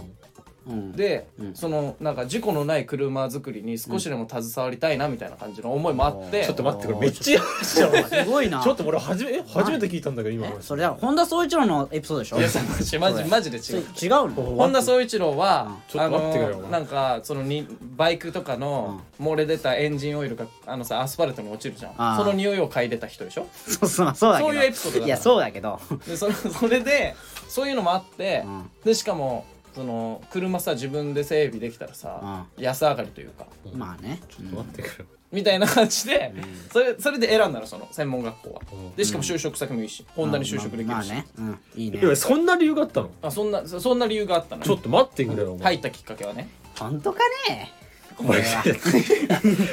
Speaker 1: ん
Speaker 2: で、
Speaker 1: うん
Speaker 2: そのなんか事故のない車作りに少しでも携わりたいなみたいな感じの思いもあって、
Speaker 1: うん
Speaker 3: ちょっと待ってこれめっちゃ話じゃんお前
Speaker 1: すごいな
Speaker 3: ちょっと俺初めえ初めて聞いたんだけど今の
Speaker 1: え
Speaker 3: 話
Speaker 1: それだから本田宗一郎のエピソードでしょ
Speaker 2: いやさマジマジで
Speaker 1: それ
Speaker 2: 違う
Speaker 1: 違うの
Speaker 2: 本田宗一郎は、
Speaker 3: ちょっと待ってくれよ
Speaker 2: あのなんかそのにバイクとかの漏れ出たエンジンオイルがあのさアスファルトに落ちるじゃ
Speaker 1: あ
Speaker 2: ん
Speaker 1: ー
Speaker 2: その匂いを嗅いでた人でしょ
Speaker 1: そうそうそうだけど
Speaker 2: そういうエピソードだから
Speaker 1: いやそうだけど
Speaker 2: でそれ *laughs* それでそういうのもあって、
Speaker 1: うん
Speaker 2: でしかもその車さ自分で整備できたらさ、安上がりというか
Speaker 1: まあね
Speaker 3: 待ってくれよ
Speaker 2: みたいな感じで、それそれで選んだのその専門学校は、
Speaker 3: うん
Speaker 2: でしかも就職先もいいし、ホンダに就職できるし、
Speaker 1: ま
Speaker 2: あ
Speaker 1: あねうんいいね
Speaker 3: いやそんな理由があったの
Speaker 2: そんなそそんな理由があったの
Speaker 3: ちょっと待ってくれよお前
Speaker 2: 入ったきっかけはね
Speaker 1: 本当かね
Speaker 3: お前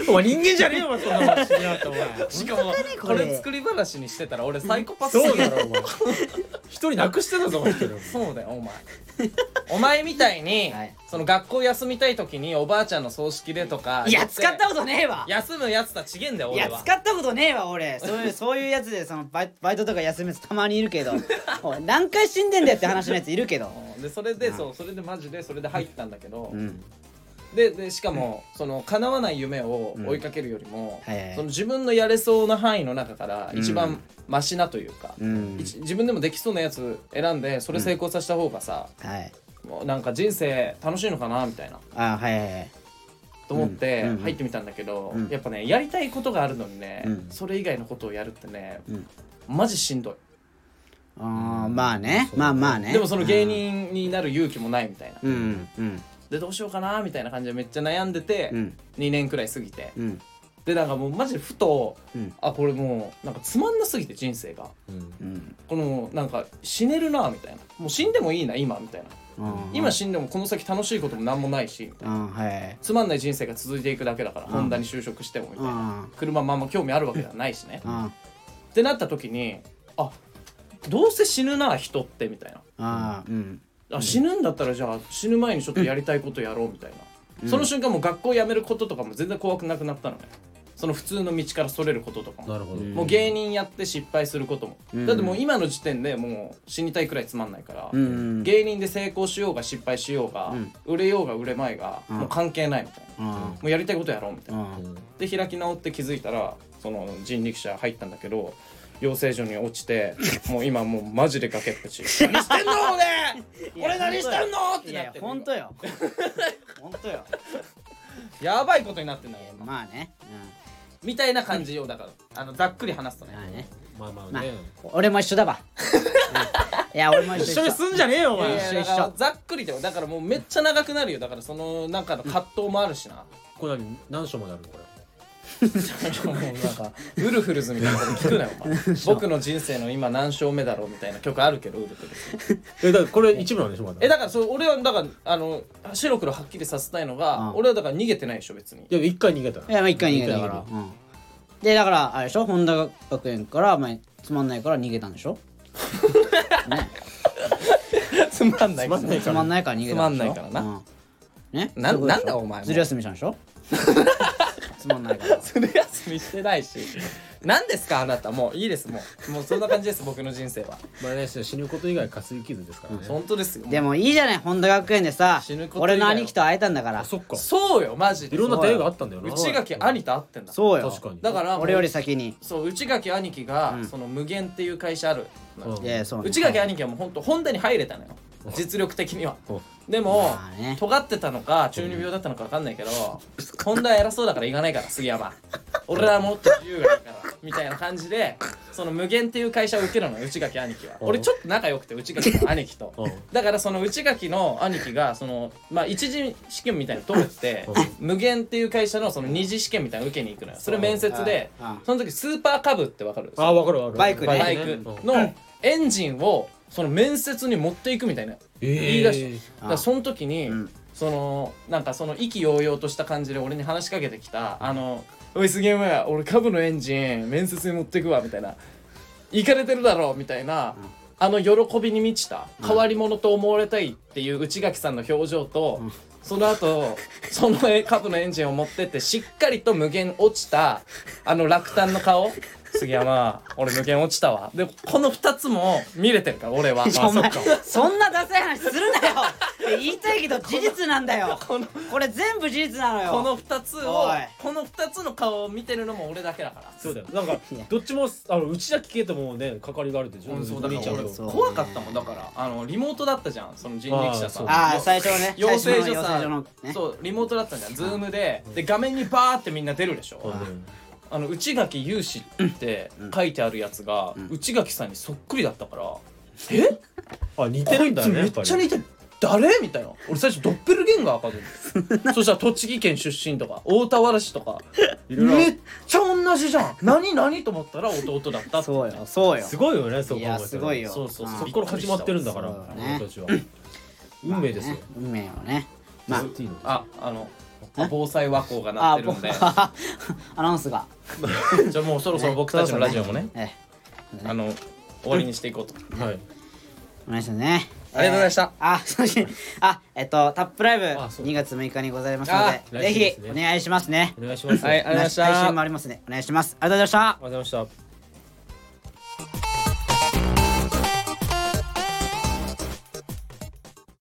Speaker 3: お前人間じゃねえよお前そんな話しやがってお前
Speaker 2: しかも
Speaker 1: こ
Speaker 2: こ
Speaker 1: れ
Speaker 2: れ作り話にしてたら俺サイコパス
Speaker 3: そうだろお前一人なくしてたぞお前一人
Speaker 2: そうだよお前お前みたいに、
Speaker 1: はい
Speaker 2: その学校休みたい時におばあちゃんの葬式でとか
Speaker 1: いや
Speaker 2: 言て
Speaker 1: 使ったことねえわ
Speaker 2: 休むやつとは違えんだよ
Speaker 1: い
Speaker 2: 俺
Speaker 1: や
Speaker 2: は
Speaker 1: 使ったことねえわ俺そう
Speaker 2: *laughs*
Speaker 1: いうそういうやつでそのバイバイトとか休むやつたまにいるけどおい何回死んでんだよって話のやついるけど
Speaker 2: うんでそれでそうそれでマジでそれで入ったんだけど、
Speaker 1: うん
Speaker 2: ででしかもその叶わない夢を追いかけるよりも、
Speaker 1: はいはいはい
Speaker 2: その自分のやれそうな範囲の中から
Speaker 1: うん
Speaker 2: 一番マシなというか、
Speaker 1: うん
Speaker 2: 一自分でもできそうなやつ選んでそれ成功させた方がさ、
Speaker 1: はい
Speaker 2: もうなんか人生楽しいのかなみたいな
Speaker 1: あはいはいはい
Speaker 2: と思って
Speaker 1: うんうん
Speaker 2: 入ってみたんだけど、
Speaker 1: うん
Speaker 2: やっぱねやりたいことがあるのにね、
Speaker 1: うん
Speaker 2: それ以外のことをやるってね、
Speaker 1: うん
Speaker 2: マジしんどい、
Speaker 1: あーまあねまあまあね
Speaker 2: でもその芸人になる勇気もないみたいな、
Speaker 1: うんうん
Speaker 2: でどうしようかなみたいな感じでめっちゃ悩んでて、
Speaker 1: うん
Speaker 2: 2年くらい過ぎて、
Speaker 1: うん
Speaker 2: でなんかもうマジでふと、
Speaker 1: うん
Speaker 2: あこれもうなんかつまんなすぎて人生が
Speaker 3: うん
Speaker 1: うん
Speaker 2: このなんか死ねるなみたいなもう死んでもいいな今みたいな今死んでもこの先楽しいことも何もないし
Speaker 1: うんはい
Speaker 2: つまんない人生が続いていくだけだから、
Speaker 1: ん
Speaker 2: ホンダに就職してもみた
Speaker 1: う
Speaker 2: いな、
Speaker 1: ん
Speaker 2: 車もあんま興味あるわけではないしね、
Speaker 1: うんうん
Speaker 2: ってなった時にあどうせ死ぬな人ってみたいな
Speaker 1: うん
Speaker 2: あ死ぬんだったらじゃあ死ぬ前にちょっとやりたいことやろうみたいな、その瞬間もう学校辞めることとかも全然怖くなくなったのねその普通の道からそれることとかも
Speaker 5: なるほど
Speaker 2: もう芸人やって失敗することも、
Speaker 1: うん
Speaker 2: だってもう今の時点でもう死にたいくらいつまんないから、
Speaker 1: うん
Speaker 2: 芸人で成功しようが失敗しようが、
Speaker 1: うん
Speaker 2: 売れようが売れまいが、
Speaker 1: うん
Speaker 2: もう関係ないみたいな
Speaker 1: うん
Speaker 2: もうやりたいことやろうみたいな、
Speaker 1: うん
Speaker 2: で開き直って気づいたらその人力車入ったんだけど養成所に落ち
Speaker 1: *laughs*
Speaker 2: てもう今もうマジで崖っぷち「何してんの俺俺何してんの?」って
Speaker 1: い
Speaker 2: なっ
Speaker 1: や
Speaker 2: てる
Speaker 1: 本当よ本当よ
Speaker 2: やばいことになってんだよ今
Speaker 1: まあね
Speaker 2: みたいな感じよだからあのざっくり話すと
Speaker 1: うん
Speaker 2: ね
Speaker 5: ま
Speaker 1: まあね
Speaker 5: あま
Speaker 1: ま
Speaker 5: あ
Speaker 1: あ
Speaker 5: ね
Speaker 1: 俺も一緒だわうんいや俺も一緒一緒
Speaker 5: すんじゃねえよお
Speaker 2: いやいや
Speaker 1: 一緒一緒
Speaker 2: だからざっくりだよだからもうめっちゃ長くなるよだからそのなんかの葛藤もあるし
Speaker 5: *laughs*
Speaker 2: な、
Speaker 5: これ何何章まであるのこれ
Speaker 2: もうなんかウルフルズみたいなこと聞くなよ
Speaker 5: *laughs*
Speaker 2: お前僕の人生の今何勝目だろうみたいな曲あるけどウルフルズ
Speaker 5: えだからこれ一部なんでしょまだ
Speaker 2: えだからそう俺はだからあの白黒はっきりさせたいのが、
Speaker 1: うん
Speaker 2: 俺はだから逃げてないでしょ別に
Speaker 5: いや一回逃げた
Speaker 1: いやまあ一回逃げたからうんでだからあれでしょ本田学園からまあつまんないから逃げたんでしょ
Speaker 2: つまんないから
Speaker 1: つまんないから逃げたでしょ
Speaker 2: つまんないからな
Speaker 1: うんね
Speaker 2: な
Speaker 1: そういうことでしょ
Speaker 2: なんだお前も
Speaker 1: ずる休みしたん
Speaker 2: *laughs*
Speaker 1: でしょつまんないから
Speaker 2: それ休みしてないし何ですかあなたもういいですもうもうそんな感じです僕の人生は
Speaker 5: まあね死ぬこと以外かすり傷ですからね
Speaker 2: 本当ですよ
Speaker 1: でもいいじゃない本田学園でさ
Speaker 2: 死ぬこと以外は
Speaker 1: 俺の兄貴と会えたんだから
Speaker 5: あそっか
Speaker 2: そうよマジで
Speaker 5: いろんな出会いがあったんだよな
Speaker 2: 内垣兄と会ってんだ
Speaker 1: そうよ
Speaker 5: 確かに
Speaker 2: だからもう
Speaker 1: 俺より先に
Speaker 2: そう内垣兄貴が、
Speaker 1: うん
Speaker 2: その無限っていう会社あるのよ
Speaker 5: うん
Speaker 1: いやそうね
Speaker 2: 内垣兄貴はもう本当本田に入れたのよ実力的には
Speaker 5: うん
Speaker 2: でも、
Speaker 1: まあね
Speaker 2: 尖ってたのか中二病だったのか分かんないけど本田は偉そうだから行かないから
Speaker 1: *laughs*
Speaker 2: 杉山俺はもっと自由がいいからみたいな感じでその無限っていう会社を受けるのよ内垣兄貴は
Speaker 5: うん
Speaker 2: 俺ちょっと仲良くて内垣の兄貴と
Speaker 5: うん
Speaker 2: だからその内垣の兄貴がそのまあ一次試験みたいなの
Speaker 5: *laughs*
Speaker 2: 通って無限っていう会社のその二次試験みたいなの受けに行くのよそれ面接で
Speaker 1: うんうん
Speaker 2: その時スーパーカブって分かる
Speaker 5: あわかるわかる
Speaker 1: バイクね
Speaker 2: バイクのエンジンをその面接に持っていくみたいな言
Speaker 5: 言
Speaker 2: い出しだか
Speaker 1: あ
Speaker 2: らその時に、
Speaker 1: ん
Speaker 2: そのなんかその意気揚々とした感じで俺に話しかけてきた「あのおい杉山俺株のエンジン面接に持ってくわ」みたいな「行かれてるだろ」みたいな、あの喜びに満ちた変わり者と思われたいっていう内垣さんの表情と、その後そのえ株のエンジンを持ってってしっかりと無限落ちたあの落胆の顔。杉山俺無限落ちたわでこの2つも見れてるから俺は
Speaker 1: お前 *laughs* そんなダサい話する
Speaker 2: *laughs*
Speaker 1: なよ言いたいけど事実なんだよ
Speaker 2: この
Speaker 1: これ全部事実なのよ
Speaker 2: この2つを
Speaker 1: おい
Speaker 2: この2つの顔を見てるのも俺だけだから
Speaker 5: そうだよなんかどっちもあの内垣家ともね関わりがあるって自
Speaker 2: うんそうだ
Speaker 5: 兄ちゃん
Speaker 2: から
Speaker 5: と
Speaker 2: 俺
Speaker 1: そう
Speaker 2: 怖かったもんだからあのリモートだったじゃんその人力車さん
Speaker 1: ああ最初はね
Speaker 2: 養成所
Speaker 1: 最初の
Speaker 2: さ
Speaker 1: 養
Speaker 2: ん
Speaker 1: 成所のね
Speaker 2: そうリモートだったじゃんズームでで画面にバーってみんな出るでしょ
Speaker 5: うん
Speaker 2: あの内垣勇士って書いてあるやつが内垣さんにそっくりだったからえ
Speaker 5: あ似てるんだね
Speaker 2: め
Speaker 5: や
Speaker 2: っ
Speaker 5: ぱり
Speaker 2: ちゃ似てる誰みたいな俺最初ドッペルゲンガーかと思
Speaker 5: *laughs*
Speaker 2: ってそしたら栃木県出身とか大田原市とか
Speaker 5: いろいろ
Speaker 2: めっちゃ同じじゃん何何と思ったら弟だったって
Speaker 1: そうよそうよ
Speaker 5: すごいよねそう
Speaker 1: い
Speaker 5: 考えた
Speaker 1: や
Speaker 5: ら
Speaker 1: すごいよ
Speaker 2: そうそうそう
Speaker 1: ああ
Speaker 5: そこから始まってるんだから
Speaker 1: そうだね
Speaker 5: 俺たちは運命ですよ
Speaker 1: ね運命よねまあ
Speaker 5: 言っていいの
Speaker 2: ああの防災和光が鳴ってるんで
Speaker 1: あ僕 *laughs* アナウンスが
Speaker 2: じゃあもうそろそろ僕たちのラジオもね
Speaker 1: え
Speaker 2: あの終わりにしていこうと
Speaker 5: はい
Speaker 1: えお願いしますね
Speaker 2: ありがとうございました
Speaker 1: えーあそしてあえっとタップライブ
Speaker 5: あそう
Speaker 1: 2月6日にございますの
Speaker 2: あ
Speaker 1: で
Speaker 5: 来週で
Speaker 1: ぜ
Speaker 5: す
Speaker 1: ひ
Speaker 5: ね
Speaker 1: お願いしますね
Speaker 5: お願いします
Speaker 2: はいありがとうございました
Speaker 1: 配信もありますねお願いしますありがとうございました
Speaker 5: ありがとうございました